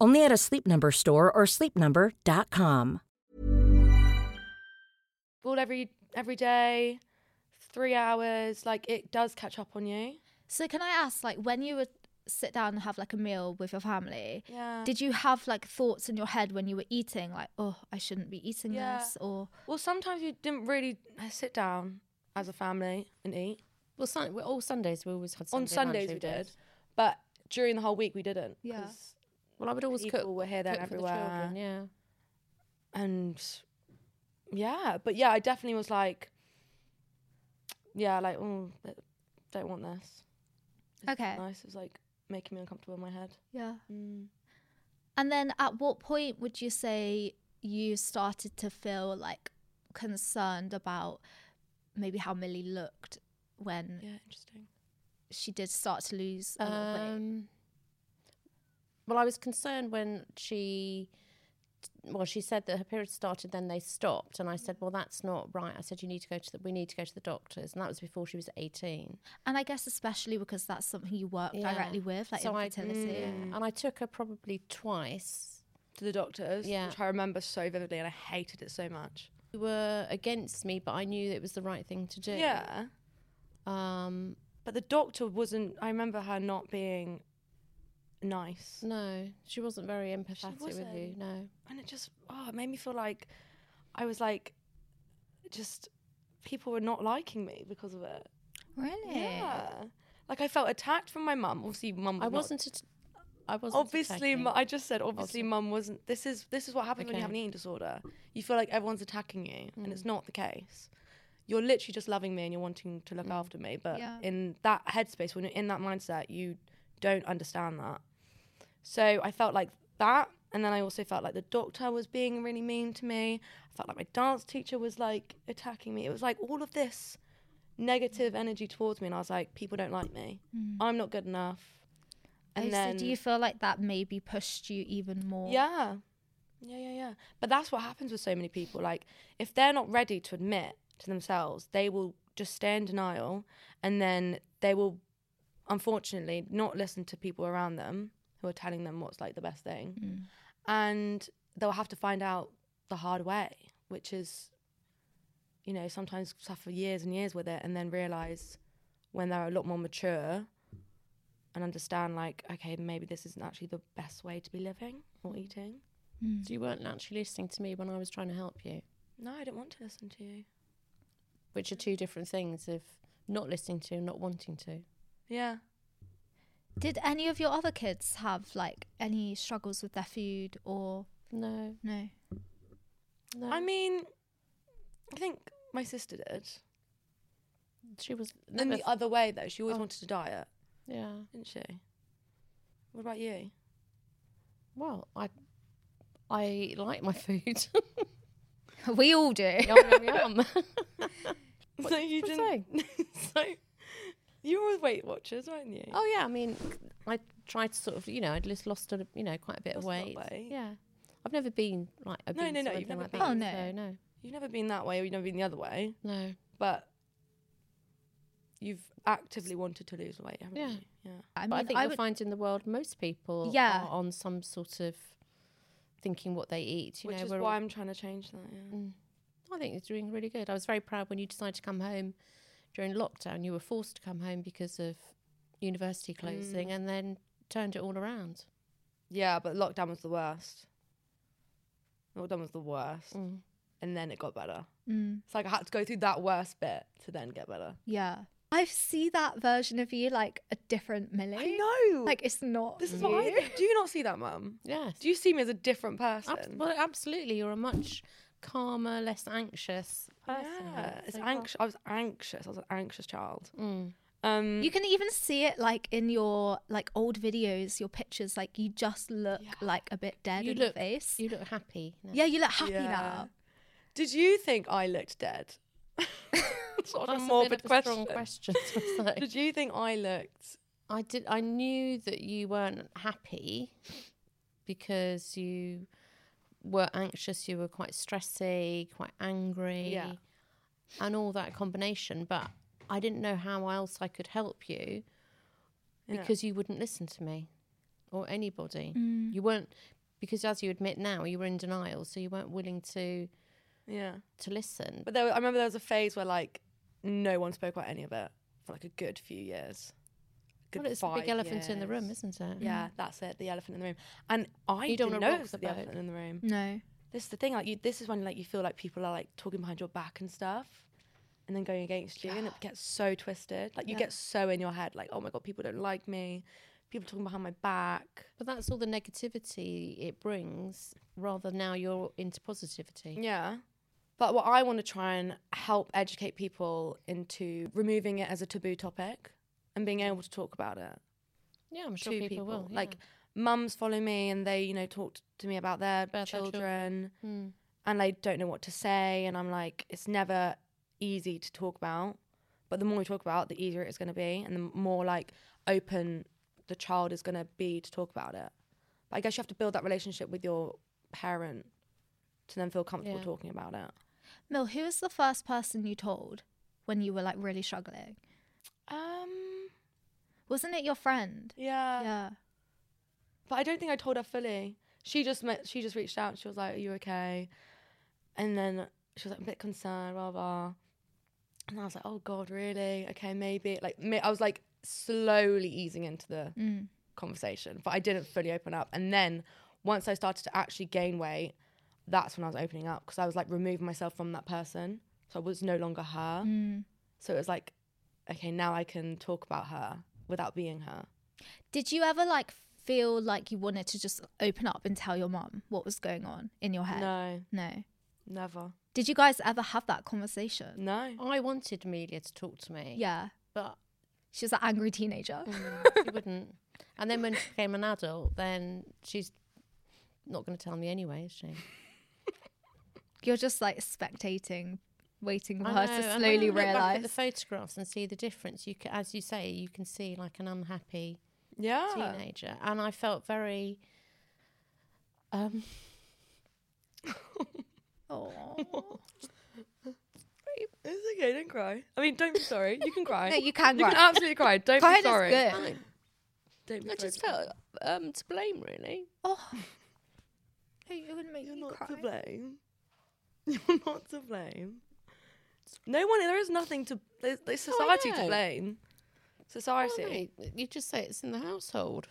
F: Only at a Sleep Number store or sleepnumber.com.
C: Well, every every day, three hours. Like it does catch up on you.
D: So can I ask, like, when you would sit down and have like a meal with your family,
C: Yeah.
D: did you have like thoughts in your head when you were eating, like, oh, I shouldn't be eating
C: Yeah.
D: this, or
C: Well, sometimes you didn't really uh, sit down as a family and eat.
E: Well, sun- we- all Sundays we always had Sunday
C: On
E: lunch,
C: Sundays
E: who
C: we
E: did?
C: did, but during the whole week we didn't.
D: Yeah.
C: 'cause-
E: Well, I would always cook.
C: People were here, then
E: cook for the
C: everywhere.
E: children, yeah.
C: And yeah, but yeah, I definitely was like, yeah, like oh, I don't want this. It's not
D: Okay.
C: Nice. It was like making me uncomfortable in my head.
D: yeah.
C: Mm.
D: And then at what point would you say you started to feel like concerned about maybe how Millie looked when
C: Yeah. Interesting.
D: she did start to lose a lot of weight?
E: Um, Well, I was concerned when she, well, she said that her period started, then they stopped, and I said, well, that's not right. I said you need to go to the, we need to go to the doctors, and that was before she was eighteen.
D: And I guess especially because that's something you work
E: Yeah.
D: directly with, like
E: I-
D: infertility.
E: yeah. and I took her probably twice.
C: to the doctors,
E: Yeah.
C: which I remember so vividly, and I hated it so much.
E: They were against me, but I knew it was the right thing to do.
C: Yeah,
E: Um.
C: but the doctor wasn't. I remember her not being nice,
E: No, she wasn't very empathetic with you.
C: wasn't.
E: No.
C: and it just oh, it made me feel like I was like, just people were not liking me because of it.
D: Really?
C: Yeah, like I felt attacked from my mum. Obviously, mum.
E: I
C: was not
E: wasn't. At- I wasn't.
C: obviously
E: attacking.
C: mu- i just said obviously mum wasn't this is this is what happens when you have an
E: Okay. Mm.
C: eating disorder you feel like everyone's attacking you and it's not the case you're literally just loving me and you're wanting to
E: Mm.
C: look after me but
D: Yeah.
C: in that headspace when you're in that mindset you don't understand that so i felt like that and then i also felt like the doctor was being really mean to me i felt like my dance teacher was like attacking me it was like all of this negative energy towards me and i was like people don't like me
E: Mm.
C: i'm not good enough
D: oh, so do you feel like that maybe pushed you even more?
C: yeah. Yeah, yeah, yeah. But that's what happens with so many people. Like, if they're not ready to admit to themselves, they will just stay in denial and then they will, unfortunately, not listen to people around them who are telling them what's like the best thing. And they'll have to find out the hard way, which is, you know, sometimes suffer years and years with it and then realize when they're a lot more mature and understand, like, okay, maybe this isn't actually the best way to be living or eating.
E: So you weren't actually listening to me when I was trying to help you,
C: No, I didn't want to listen to you.
E: which are two different things of not listening to and not wanting to.
C: Yeah.
D: Did any of your other kids have like any struggles with their food or
E: No.
D: no?
E: No.
C: I mean, I think my sister did.
E: she was.
C: In
E: never-
C: the other way, though, she always
E: Oh.
C: wanted to diet,
E: yeah.
C: didn't she? What about you?
E: Well, I. I like my food.
D: we all do.
E: yum yum yum.
C: so you
E: what's
C: so you were weight watchers, weren't you?
E: oh yeah, I mean, I tried to sort of, you know, I just lost a, you know, quite a bit of
C: Lost a lot of
E: weight.
C: weight.
E: Yeah. I've never been like
C: no,
E: obese or
C: no, you've
E: anything
C: never
E: like
C: been.
E: that.
D: Oh,
E: So, no.
C: You've never been that way, or you've never been the other way,
E: No.
C: but you've actively wanted to lose weight, haven't
E: Yeah.
C: you? Yeah.
D: I mean,
E: But I think
D: I
E: you'll
D: would,
E: find in the world most people
D: Yeah.
E: are on some sort of thinking what they eat. You
C: Which
E: know,
C: is
E: we're
C: why
E: all-
C: I'm trying to change that. Yeah.
E: Mm. I think it's doing really good. I was very proud when you decided to come home during lockdown. You were forced to come home because of university
C: Mm.
E: closing, and then turned it all around.
C: Yeah, but lockdown was the worst. Lockdown was the worst,
E: Mm.
C: and then it got better.
D: mm,
C: It's like I had to go through that worst bit to then get better.
D: yeah. I see that version of you like a different Millie.
C: I know.
D: Like it's not.
C: this is
D: you.
C: what I do. you not see that, Mum?
E: Yes.
C: Do you see me as a different person?
E: Ab- well, absolutely. You're a much calmer, less anxious person.
C: yeah, it's
E: So far.
C: anxious. I was anxious. I was an anxious child.
E: oh. Mm.
C: Um,
D: You can even see it like in your like old videos, your pictures. Like you just look like a bit dead
E: You
D: in
E: look.
D: the face.
E: You look happy. now.
D: yeah, you look happy
C: Yeah.
D: now.
C: did you think I looked dead? sort of
E: That's
C: a
E: a
C: morbid
E: bit of a
C: question.
E: strong question. to say.
C: Did you think I looked?
E: I did. I knew that you weren't happy because you were anxious. You were quite stressy, quite angry,
C: Yeah.
E: and all that combination. But I didn't know how else I could help you
C: Yeah.
E: because you wouldn't listen to me or anybody.
C: Mm.
E: You weren't because, as you admit now, you were in denial, so you weren't willing to
C: Yeah.
E: to listen.
C: But there, were- I remember there was a phase where like no one spoke about any of it for like a good few years. Good
E: well, it's the
C: five
E: big elephant in the
C: years.
E: room, isn't it?
C: Yeah, that's it. The elephant in the room. And I
E: Mm. You don't
C: didn't
E: wanna
C: know
E: rock
C: it was
E: the
C: the
E: boat.
C: elephant in the room.
D: No.
C: This is the thing. Like you, this is when like you feel like people are like talking behind your back and stuff, and then going against you, and it gets so twisted. Like you
D: Yeah.
C: get so in your head. Like oh my god, people don't like me. People talking behind my back.
E: But that's all the negativity it brings. Rather now you're into positivity.
C: Yeah. But what I want to try and help educate people into removing it as a taboo topic and being able to talk about it.
E: Yeah, I'm sure
C: to
E: people, will.
C: Like
E: yeah.
C: mums follow me and they, you know, talk to me about their
E: About their
C: children,
E: children. Mm.
C: and they don't know what to say and I'm like, it's never easy to talk about. But the more we talk about, it, the easier it's gonna be and the more like open the child is gonna be to talk about it. But I guess you have to build that relationship with your parent to then feel comfortable
E: Yeah.
C: talking about it.
D: Mill, who was the first person you told when you were like really struggling?
C: Um,
D: Wasn't it your friend?
C: yeah.
D: yeah.
C: But I don't think I told her fully. She just met, she just reached out. and She was like, "Are you okay?" And then she was like, "I'm a bit concerned." Blah blah. And I was like, "Oh God, really? Okay, maybe." Like ma- I was like slowly easing into the
D: Mm.
C: conversation, but I didn't fully open up. And then once I started to actually gain weight, that's when I was opening up because I was like removing myself from that person, so I was no longer her.
D: Mm.
C: So it was like, okay, now I can talk about her without being her.
D: Did you ever like feel like you wanted to just open up and tell your mom what was going on in your head?
C: No,
D: No.
C: never.
D: Did you guys ever have that conversation?
C: No.
E: I wanted Amelia to talk to me.
D: Yeah.
E: But
D: She was an angry teenager.
E: Oh, she wouldn't. And then when she became an adult, then she's not going to tell me anyway, is she?
D: You're just like spectating, waiting for
E: I
D: her
E: know,
D: to
E: and when I
D: slowly
E: look back
D: realize.
E: at the photographs and see the difference. You, ca as you say, you can see like an unhappy Ah.
C: Yeah.
E: teenager, and I felt very. Um,
D: Aw.
C: It's okay, don't cry. I mean, don't be sorry. You can cry.
D: No, you can
C: You
D: cry.
C: can absolutely cry. Don't
D: Crying
C: be
D: is
C: sorry.
D: good.
C: Don't be
E: I
C: sorry.
E: just felt um, to blame, really.
D: Oh. It would make
C: You're
D: me
C: not
D: cry.
C: to blame. You're not to blame. No one. There is nothing to. There's, there's
E: Oh, I
C: society to
E: know. Oh,
C: blame.
E: Well,
C: Society.
E: mate, you just say it's in the household.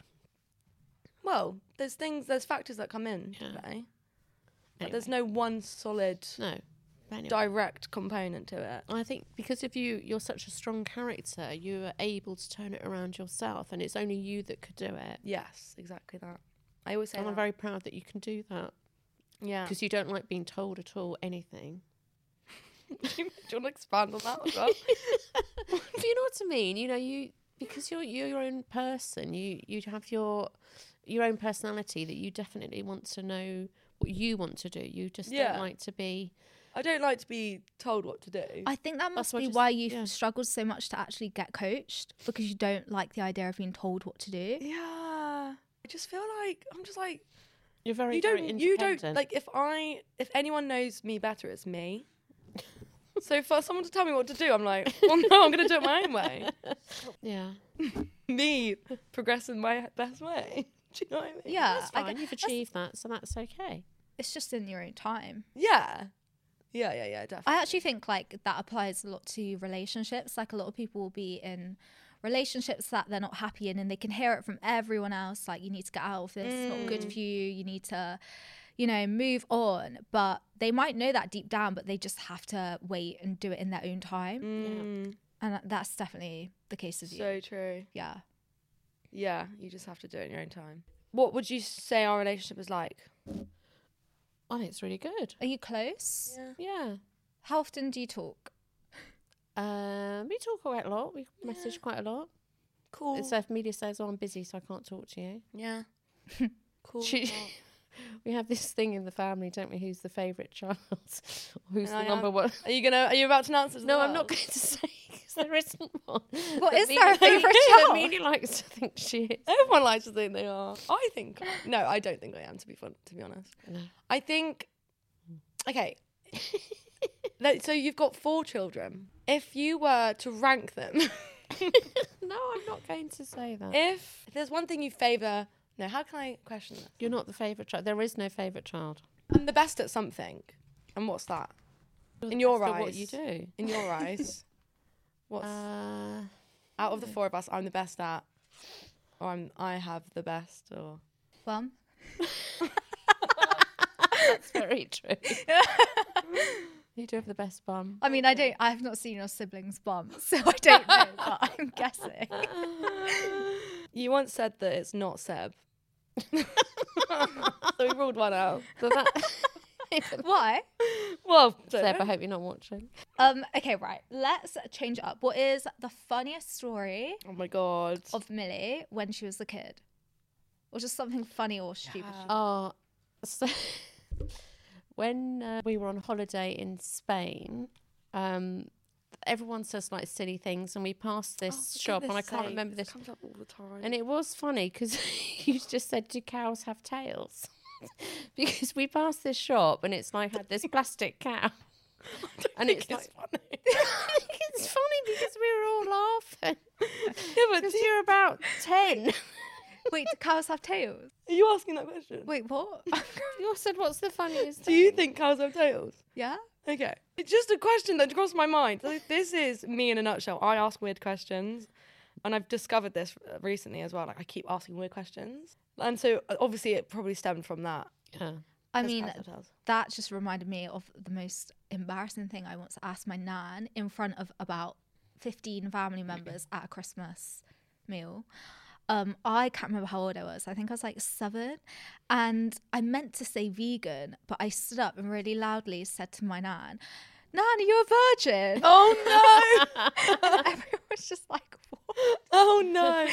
C: Well, there's things. There's factors that come in to
E: Yeah.
C: play. But there's no one solid,
E: No. But anyway. Oh.
C: direct component to it.
E: I think because of you, you're such a strong character. You are able to turn it around yourself, and it's only you that could do it.
C: Yes, exactly that. I always say
E: and
C: that.
E: I'm very proud that you can do that
C: yeah.
E: because you don't like being told at all anything.
C: Do you want to expand on that as well?
E: do you know what I mean? You know, you because you're you're your own person. You you have your your own personality that you definitely want to know what you want to do. You just
C: Yeah.
E: don't like to be.
C: I don't like to be told what to do.
D: I think that must
E: what
D: be
E: just-
D: why you
E: yeah.
D: have struggled so much to actually get coached because you don't like the idea of being told what to do.
C: yeah. I just feel like I'm just like
E: You're very
C: you
E: very
C: don't you don't
E: independent.
C: like if I if anyone knows me better it's me. so for someone to tell me what to do, I'm like, well no, I'm gonna do it my own way.
E: yeah.
C: Me progressing my best way. Do you know what I mean?
D: Yeah,
E: That's
D: I
E: fine.
D: gu-
E: You've achieved that, so that's okay.
D: it's just in your own time.
C: Yeah. Yeah, yeah, yeah, definitely.
D: I actually think like that applies a lot to relationships. Like a lot of people will be in relationships that they're not happy in and they can hear it from everyone else like you need to get out of this, it's not good for you, you need to you know, move on, but they might know that deep down, but they just have to wait and do it in their own time.
C: Mm,
D: And that's definitely the case with you.
C: so true.
D: yeah.
C: Yeah, you just have to do it in your own time. What would you say our relationship is like?
E: I think it's really good.
D: Are you close?
E: Yeah.
D: How often do you talk?
E: Um, we talk quite a lot. We message quite a lot.
C: Cool.
E: So if Amelia says, "Oh, I'm busy, so I can't talk to you,"
C: yeah. cool.
E: She- we have this thing in the family, don't we? Who's the favourite child? Who's
C: I
E: the number
C: am-
E: one?
C: Are you gonna? Are you about to announce this? as
E: No, I'm
C: well?
E: not going to say because there isn't one.
D: What
E: What
D: is
E: is
D: there, a favourite child?
E: Amelia likes to think she is.
C: Everyone likes to think they are. I think. No, I don't think I am. To be fun, to be honest. I think. Okay. Like, so you've got four children. If you were to rank them,
E: No, I'm not going to say that.
C: if, if there's one thing you favour, no, how can I question that?
E: You're not the favourite child. There is no favourite child.
C: I'm the best at something, and what's that?
E: You're
C: In
E: the
C: your
E: best
C: eyes,
E: at what you do.
C: In your eyes, what's
E: Uh,
C: out of the four of us, I'm the best at, or I'm I have the best, or
D: Well,
E: that's very true. you do have the best bum.
D: I mean, I don't. I've not seen your siblings' bum, so I don't know. but I'm guessing.
C: you once said that it's not Seb. so we ruled one out.
E: But that,
D: Why?
C: Well,
E: Seb, I hope you're not watching.
D: Um. Okay. Right. Let's change it up. What is the funniest story
C: oh my god.
D: of Millie when she was a kid, or just something funny or stupid?
E: Oh, so when uh, we were on holiday in Spain, um, everyone says like silly things, and we passed this
C: Oh, for
E: shop, and I
C: goodness
E: can't
C: sake,
E: remember
C: it
E: this.
C: comes up all the time.
E: And it was funny because you just said, "Do cows have tails?" because we passed this shop, and it's like had this plastic cow, and it's like. I think it's funny because we were all laughing. Yeah, but you're about ten.
D: Wait, do cows have tails?
C: Are you asking that question?
D: Wait, what?
E: you said, "What's the funniest?"
C: Do you
E: thing?"
C: think cows have tails?
D: yeah?
C: Okay. It's just a question that crossed my mind. So this is me in a nutshell. I ask weird questions. And I've discovered this uh, recently as well. Like I keep asking weird questions. And so uh, obviously it probably stemmed from that.
D: I
C: Does
D: mean,
C: cows have tails?
D: that just reminded me of the most embarrassing thing I once asked my nan in front of about 15 family members at a Christmas meal. Um, I can't remember how old I was. I think I was like seven. And I meant to say vegan, but I stood up and really loudly said to my nan, Nan, are you a virgin?
C: Oh no.
D: And everyone's just like, what?
C: oh no.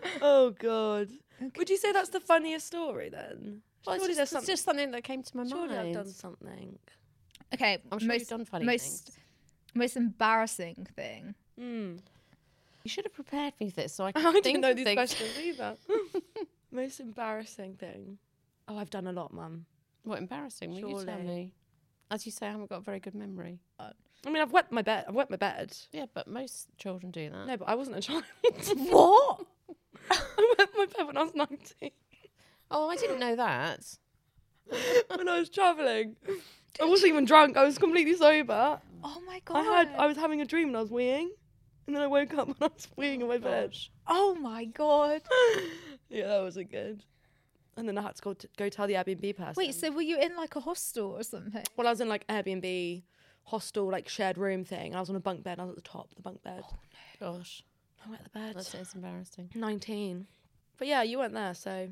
C: oh god. Would you say that's the funniest story then?
E: Well, it's,
C: Surely
E: just,
C: there's
E: it's just something that came to my
C: Surely I've
E: mind.
C: done something.
D: Okay,
E: I'm sure you've
D: most-
E: done funny
D: most,
E: things.
D: Most embarrassing thing.
C: Mm.
E: You should have prepared me for this, so I could
C: I
E: think
C: didn't know
E: of
C: these
E: things.
C: questions either. Most embarrassing thing. Oh, I've done a lot, Mum.
E: What embarrassing? Will you tell
C: Surely.
E: me? As you say, I haven't got a very good memory.
C: I mean, I've wet my bed. I've wet my bed.
E: Yeah, but most children do that.
C: No, but I wasn't a child.
E: What?
C: I wet my bed when I was 19.
E: Oh, I didn't know that.
C: when I was travelling. I wasn't even drunk. I was completely sober.
D: Oh my god.
C: I had. I was having a dream and I was weeing, and then I woke up and I was weeing in my bed.
D: oh my god.
C: yeah, that wasn't good. And then I had to go, t go tell the Airbnb person.
D: Wait, so were you in like a hostel or something?
C: well, I was in like Airbnb hostel, like shared room thing. And I was on a bunk bed. And I was at the top of the bunk bed.
E: Gosh,
C: I went to the bed.
E: that's it's embarrassing.
C: 19. But yeah, you weren't there, so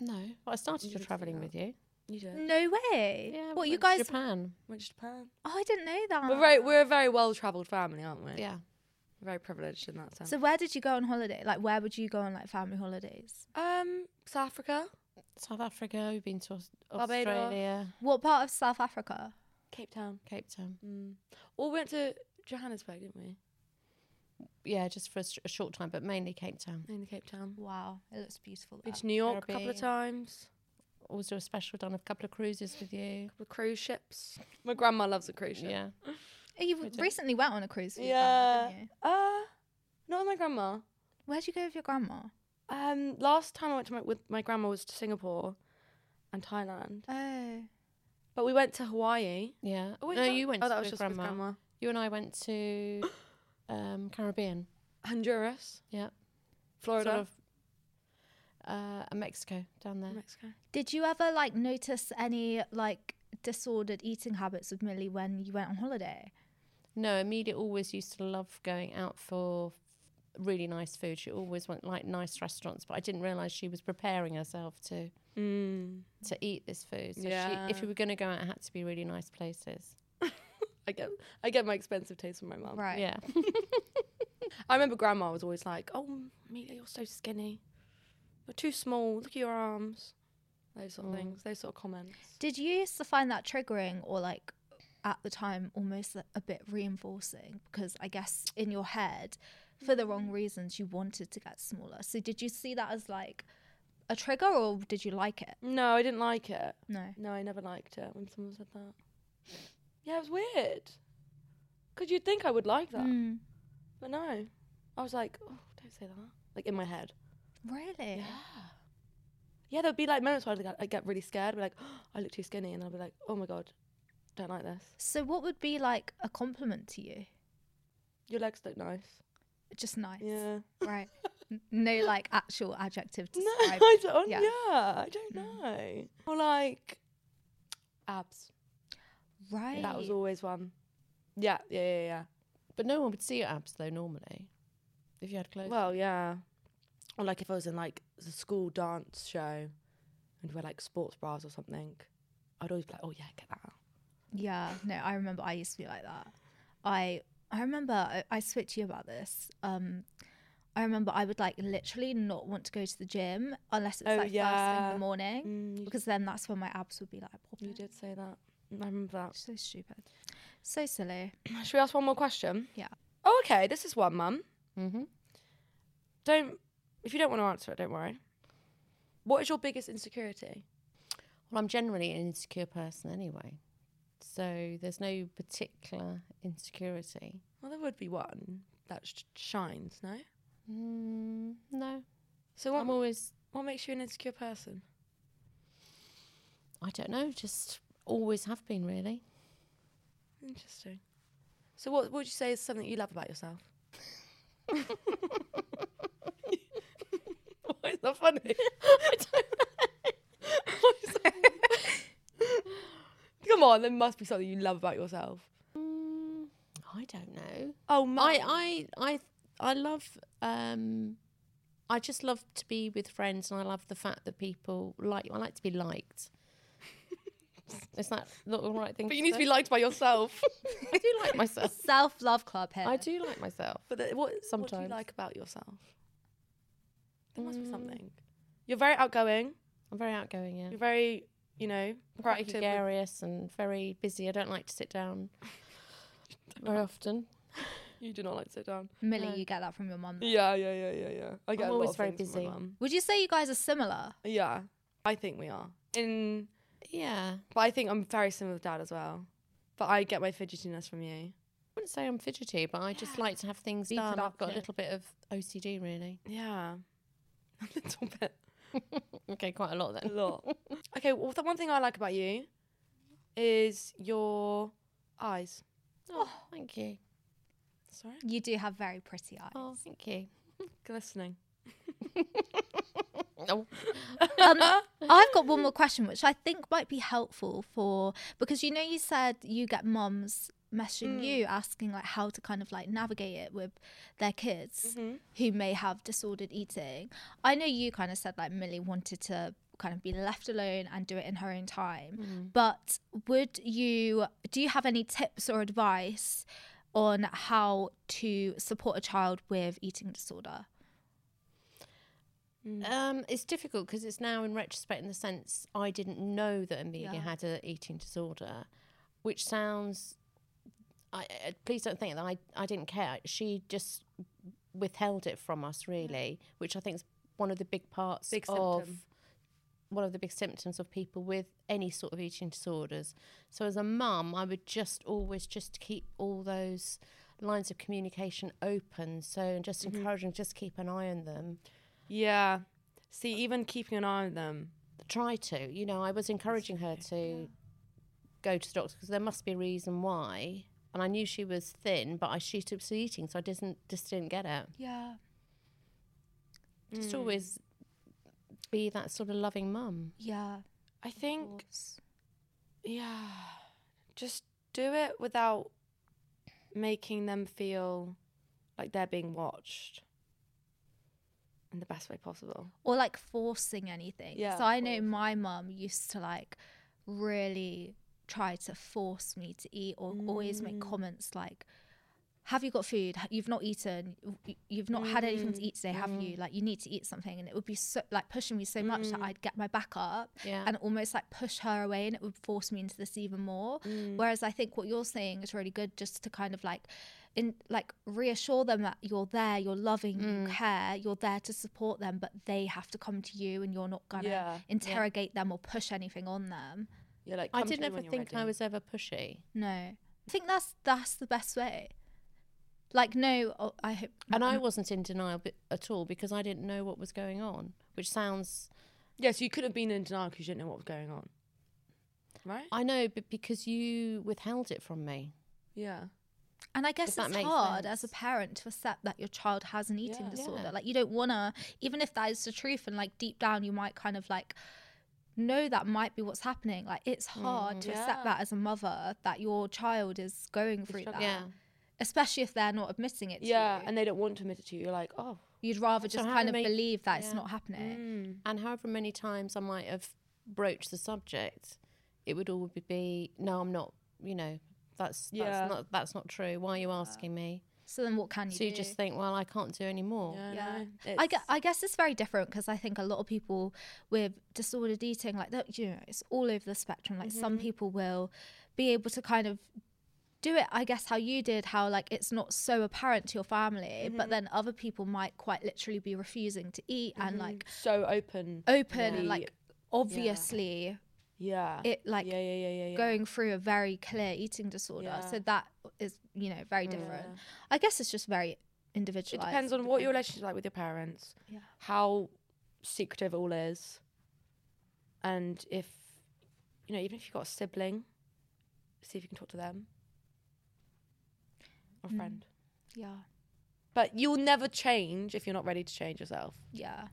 E: No, well, I started your
C: didn't see
E: travelling
C: that.
E: with you.
C: you did.
D: No way.
E: Yeah, we
D: what you
E: went to
D: guys?
E: Japan.
C: Mm. Went to Japan.
D: Oh, I didn't know that.
C: We're very, we're a very well-travelled family, aren't we?
E: Yeah,
C: We're very privileged in that sense.
D: So where did you go on holiday? Like where would you go on like family holidays?
C: um, South Africa,
E: South Africa. We've been to Aus-
C: Barbados.
E: Australia,
D: What part of South Africa?
C: Cape Town.
E: Cape Town.
C: Mm. Or went to Johannesburg, didn't we?
E: Yeah, just for a, s- a short time, but mainly Cape Town.
C: In the Cape Town.
D: Wow, it looks beautiful.
C: Been
D: there.
C: to New York a couple of
E: Caribbean.
C: times.
E: Also, a special done a couple of cruises with you.
C: The cruise ships. My grandma loves a cruise ship.
E: Yeah,
D: Oh, you recently went on a cruise with your
C: Yeah.
D: grandma, didn't you?
C: Uh, not with my grandma.
D: Where'd you go with your grandma?
C: Um, last time I went to my, with my grandma was to Singapore and Thailand,
D: Oh.
C: but we went to Hawaii.
E: yeah.
C: Oh, wait,
E: no,
C: no.
E: you went
C: Oh,
E: to
C: that was
E: your
C: just with
E: grandma.
C: grandma.
E: You and I went to um, Caribbean.
C: Honduras,
E: Yeah,
C: Florida,
E: sort of uh, and Mexico down there.
C: Mexico.
D: Did you ever like notice any like disordered eating habits with Millie when you went on holiday?
E: No, Amelia always used to love going out for really nice food. She always went like nice restaurants, but I didn't realise she was preparing herself to
C: Mm.
E: to eat this food. So she,
C: Yeah.
E: if we were going to go out, it had to be really nice places.
C: I get I get my expensive taste from my mum.
D: Right.
E: Yeah,
C: I remember grandma was always like, "Oh, Amelia, you're so skinny. You're too small. Look at your arms." Those sort of
E: Mm.
C: things. Those sort of comments.
D: Did you used to find that triggering or like at the time almost a- a bit reinforcing? Because I guess in your head, for the wrong
C: Mm-hmm.
D: reasons, you wanted to get smaller. So did you see that as like a trigger or did you like it?
C: No, I didn't like it.
D: No.
C: No, I never liked it when someone said that. Yeah, it was weird. Cause you'd think I would like that,
D: Mm.
C: but no. I was like, "Oh, don't say that." Like in my head.
D: Really?
C: Yeah, there'd be like moments where I'd get, I'd get really scared. Be like, oh, "I look too skinny," and I'd be like, "Oh my god, don't like this.
D: So what would be like a compliment to you?
C: Your legs look nice."
D: Just nice.
C: Yeah.
D: Right. N- no like actual adjective to
C: No,
D: describe.
C: I don't.
D: yeah. Mm.
C: Yeah, I don't know. Or like abs.
D: Right.
C: That was always one. Yeah, yeah, yeah, yeah.
E: but no one would see your abs though normally if you had clothes.
C: Well, yeah. Or like if I was in like the school dance show and wear like sports bras or something, I'd always be like, "Oh yeah, get that."
D: Yeah, no, I remember I used to be like that. I I remember I, I spoke to you about this. Um I remember I would like literally not want to go to the gym unless it's
C: Oh,
D: like first thing in
C: yeah.
D: the morning
C: Mm, you,
D: because then that's when my abs would be like
C: you
D: popping.
C: did say Mm, that. I remember that.
D: So stupid. So silly.
C: Should we ask one more question?
D: Yeah.
C: Oh, okay. This is one, Mum.
E: Mm-hmm.
C: Don't, if you don't want to answer it, don't worry. What is your biggest insecurity?
E: Well, I'm generally an insecure person anyway. So there's no particular insecurity.
C: Well, there would be one that sh- shines, no?
E: Mm, no.
C: So what,
E: I'm always,
C: what makes you an insecure person?
E: I don't know, just always have been really.
C: Interesting. So what, what would you say is something you love about yourself? Why is that funny? I don't know. Come on, there must be something you love about yourself.
E: Mm, I don't know.
C: Oh, my.
E: I, I, I, I love. Um, I just love to be with friends, and I love the fact that people like. I like to be liked. Is that not the right thing?
C: But you need to be liked by yourself.
E: liked. I do like myself.
D: Self love club here.
E: I do like myself.
C: But then what, what do
E: Sometimes.
C: you like about yourself? There must be something. You're very outgoing.
E: I'm very outgoing. Yeah,
C: You're very, you know,
E: quite
C: proactive. with-
E: gregarious and very busy. I don't like to sit down very often.
C: You do not like to sit down.
D: Millie,
E: No.
D: you get that from your mum.
C: Yeah, yeah, yeah, yeah, yeah. I get a lot
E: always
C: of
E: very
C: things from my
E: busy.
C: mum.
D: Would you say you guys are similar?
C: Yeah, I think we are. In,
E: Yeah, I
C: but I think I'm very similar with dad as well. But I get my fidgetiness from you.
E: wouldn't say I'm fidgety, but I just like to have things
C: Beat it
E: done.
C: up,
E: I've got
C: yeah.
E: a little bit of OCD, really.
C: Yeah, a little bit,
E: okay, quite a lot
C: a
E: then.
C: lot. okay, well, the one thing I like about you is your eyes.
E: Oh, thank you.
C: Sorry,
D: You do have very pretty eyes.
E: Oh, thank you.
C: glistening.
E: Oh,
D: Um, I've got one more question, which I think might be helpful for because you know you said you get moms
C: Mm.
D: messaging you asking like how to kind of like navigate it with their kids
C: Mm-hmm.
D: who may have disordered eating. I know you kind of said like Millie wanted to kind of be left alone and do it in her own time.
C: Mm.
D: But would you do you have any tips or advice on how to support a child with eating disorder?
C: Mm.
E: Um, it's difficult because it's now in retrospect in the sense I didn't know that Amelia
D: Yeah.
E: had an eating disorder, which sounds. I, I please don't think that I I didn't care. She just withheld it from us really, which I think is one of the big parts
C: Big
E: of
C: symptom.
E: one of the big symptoms of people with any sort of eating disorders. So as a mum, I would just always just keep all those lines of communication open. So and just
C: Mm-hmm.
E: encouraging, just keep an eye on them.
C: Yeah. See, even keeping an eye on them.
E: try to. You know, I was encouraging her to go to the doctor because there must be a reason why. And I knew she was thin, but I she was eating, so I didn't just didn't get it.
D: Yeah.
C: Hmm.
E: Just
C: Mm.
E: always be that sort of loving mum.
D: Yeah.
C: I think, yeah, just do it without making them feel like they're being watched in the best way possible.
D: or like forcing anything.
C: Yeah,
D: so I know
C: force.
D: my mum used to like really try to force me to eat or always make comments like have you got food Ha- you've not eaten Y- you've not had anything to eat today have you like you need to eat something and it would be so like pushing me so much that i'd get my back up
E: Yeah.
D: and almost like push her away and it would force me into this even more whereas i think what you're saying is really good just to kind of like in like reassure them that you're there, you're loving, you care, you're there to support them, but they have to come to you and you're not gonna
C: Yeah, yeah.
D: interrogate them or push anything on them.
C: Yeah, like
E: I
C: come to
E: didn't
C: me
E: ever
C: when you're
E: think I
C: ready.
E: was ever pushy.
D: No. I think that's that's the best way. Like no, oh, I hope
E: And I
C: Mm.
D: n-
E: wasn't in denial bi- at all because I didn't know what was going on, which sounds
C: Yeah, so you could have been in denial because you didn't know what was going on. Right?
E: I know, but because you withheld it from me.
C: yeah.
D: And I guess
E: that
D: it's
E: makes
D: hard
E: sense.
D: as a parent to accept that your child has an eating
C: Yeah.
D: disorder.
E: Yeah.
D: Like you don't wanna, even if that is the truth, and like deep down you might kind of like know that might be what's happening. Like it's
E: Mm,
D: hard to
C: Yeah.
D: accept that as a mother that your child is going through that,
E: Yeah.
D: especially if they're not admitting it. To
C: Yeah,
D: you.
C: and they don't want to admit it to you. You're like, oh,
D: you'd rather
E: So
D: just
E: how
D: kind
E: to
D: of
E: make-
D: believe that it's
E: yeah. Mm.
D: not happening.
E: And however many times I might have broached the subject, it would all be, no, I'm not, you know, that's,
C: Yeah.
E: that's, not, that's not true. Why are you asking me?
D: So then, what can you
E: so you
D: do?
E: just think, well, I can't do any more.
C: yeah.
D: yeah.
C: no,
D: I,
C: it's-
D: gue- I guess it's very different because I think a lot of people with disordered
C: Mm-hmm.
D: eating, like that, you know, it's all over the spectrum. Like some people will be able to kind of do it, I guess, how you did, how like it's not so apparent to your family,
C: Mm-hmm.
D: but then other people might quite literally be refusing to eat and like
C: mhm." so open.
D: open and
C: Mm-hmm. Yeah.
D: like obviously
C: Yeah.
D: it like
C: yeah, yeah, yeah, yeah, yeah.
D: going through a very clear eating disorder.
C: Yeah.
D: So that is, you know, very different. I guess it's just very
C: It
D: individualized.
C: depends on what your relationship's like with your parents,
D: Yeah.
C: how secretive all is, and if you know, even if you've got a sibling, see if you can talk to them or
D: Mm.
C: friend.
D: Yeah.
C: But you'll never change if you're not ready to change yourself.
D: Yeah.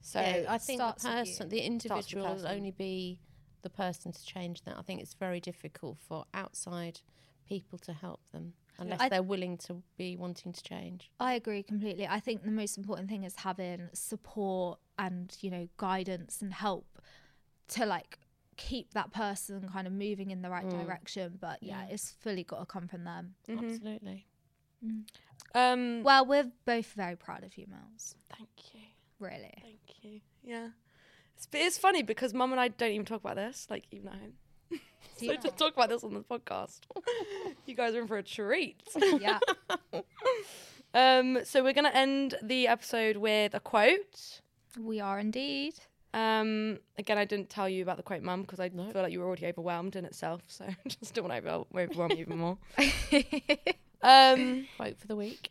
C: So
E: yeah, I think the
D: starts with you.
E: person, the individual, will
C: person.
E: only be the person to change that. I think it's very difficult for outside people to help them unless
D: I-
E: they're willing to be wanting to change.
D: I agree completely. I think the most important thing is having support and, you know, guidance and help to like keep that person kind of moving in the right direction. But yeah, it's fully got to come from them.
C: Mm-hmm.
E: Absolutely.
C: um,
D: Well, we're both very proud of you, Miles.
C: thank you,
D: Really.
C: thank you. Yeah, it's, but it's funny because mum and I don't even talk about this, like even at home.
D: Do
C: So
D: you-
C: to talk about this on the podcast, you guys are in for a treat.
D: yeah.
C: Um, so we're gonna end the episode with a quote.
D: We are indeed.
C: Um, again, I didn't tell you about the quote, Mum, because I feel like you were already overwhelmed in itself. So I just don't want to overwhelm, overwhelm you even more. um,
E: Quote for the week.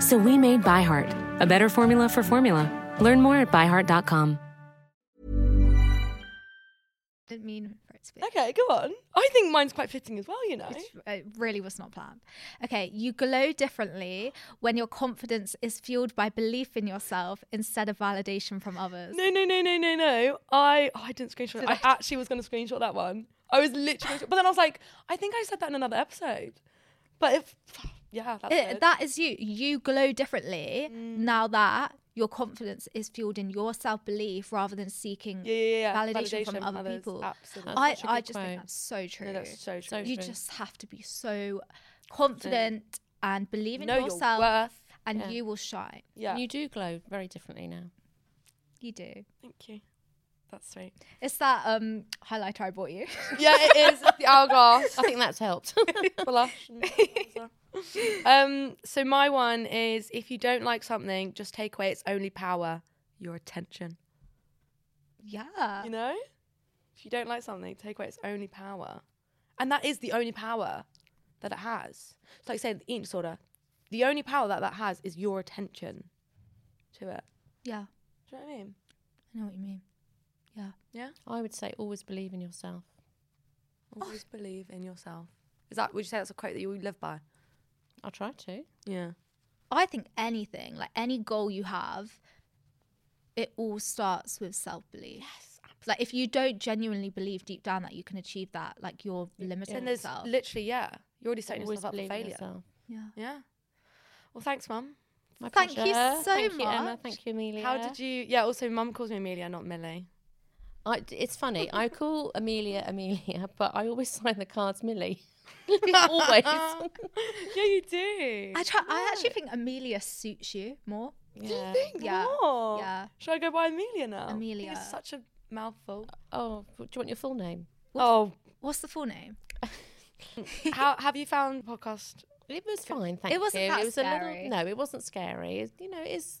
G: So we made ByHeart, a better formula for formula. Learn more at byheart.com.
D: didn't mean for it to be.
C: first? Okay, go on. I think mine's quite fitting as well. You know.
D: It's- It really was not planned. Okay, you glow differently when your confidence is fueled by belief in yourself instead of validation from others.
C: No, no, no, no, no, no. I oh, I didn't screenshot. it.
D: Did
C: I,
D: I?
C: actually was going to screenshot that one. I was literally, but then I was like, I think I said that in another episode. But if yeah, that's
D: It-
C: good. Mm.
D: that is you. You glow differently now that your confidence is fueled in your self belief rather than seeking
C: yeah, yeah, yeah.
D: validation, from other
C: others,
D: people.
C: Absolutely.
D: I,
E: That's such a
D: I
E: good
D: just
E: quote.
D: think that's so true.
C: No, that's so true.
D: you just have to be so confident and believe in
C: know your
D: yourself,
C: worth.
D: and
E: Yeah.
D: you will shine.
C: Yeah.
E: You do glow very differently now.
D: You do.
C: Thank you. That's sweet.
D: It's that um highlighter I bought you.
C: Yeah, it is. It's the hourglass.
E: I think that's helped.
C: Blush and- um, so my one is if you don't like something, just take away its only power, your attention.
D: yeah.
C: You know? If you don't like something, take away its only power. And that is the only power that it has. So like I said, the eating disorder, the only power that that has is your attention to it.
D: Yeah.
C: Do you know what I mean?
D: I know what you mean. Yeah.
C: Yeah.
E: I would say always believe in yourself.
C: Always believe in yourself. Is that would you say that's a quote that you live by?
E: I try to.
C: Yeah.
D: I think anything, like any goal you have, it all starts with self belief. Yes. Like if you don't genuinely believe deep down that you can achieve that, like you're limiting
C: And there's
D: yourself.
C: literally, yeah, you're already setting
E: Always
C: yourself up for
E: believe in
C: failure.
E: yourself.
D: yeah.
C: Yeah. Well, thanks, Mum.
E: My
D: Thank you
E: pleasure.
D: so
E: Thank you, Emma.
D: much.
E: Thank you, Amelia.
C: How did you? Yeah. Also, Mum calls me Amelia, not Millie.
E: I, it's funny. I call Amelia Amelia, but I always sign the cards Millie. always.
C: Yeah, you do.
D: I try I actually think Amelia suits you more.
E: yeah.
D: Yeah.
C: Oh.
D: Yeah.
C: Should I go by Amelia now? I think
D: Amelia.
C: It's such a mouthful.
E: Oh, do you want your full name?
C: Oh,
D: What's the full name?
C: how have you found the podcast?
E: It was fine, thank
D: It wasn't
E: you.
D: that
E: it was
D: scary.
E: a little no, it wasn't scary. It- you know, it's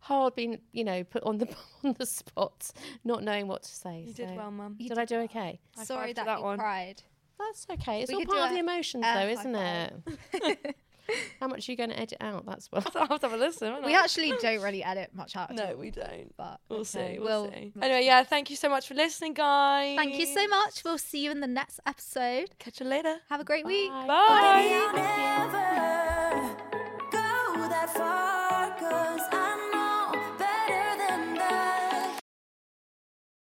E: hard being you know put on the on the spot, not knowing what to say.
C: You did
E: so-
C: well, Mum.
E: Did I do okay?
C: High five
D: Sorry
C: to
D: that,
C: that
D: you
C: one.
D: cried.
E: That's okay. It's
D: We
E: all
D: could do
E: part of
D: a
E: the emotions,
D: F
E: though,
D: high
E: isn't it?
D: five.
E: How much are you going to edit out? That's well.
C: I'll have to have a listen. won't
D: We
C: I?
D: actually don't really edit much out. at all,
C: No, we don't.
D: But
C: We'll see. We'll,
D: We'll-
C: see. Anyway, yeah. Thank you so much for listening, guys.
D: thank you so much. We'll see you in the next episode.
C: Catch you later.
D: Have a great week.
C: Bye.
D: Bye.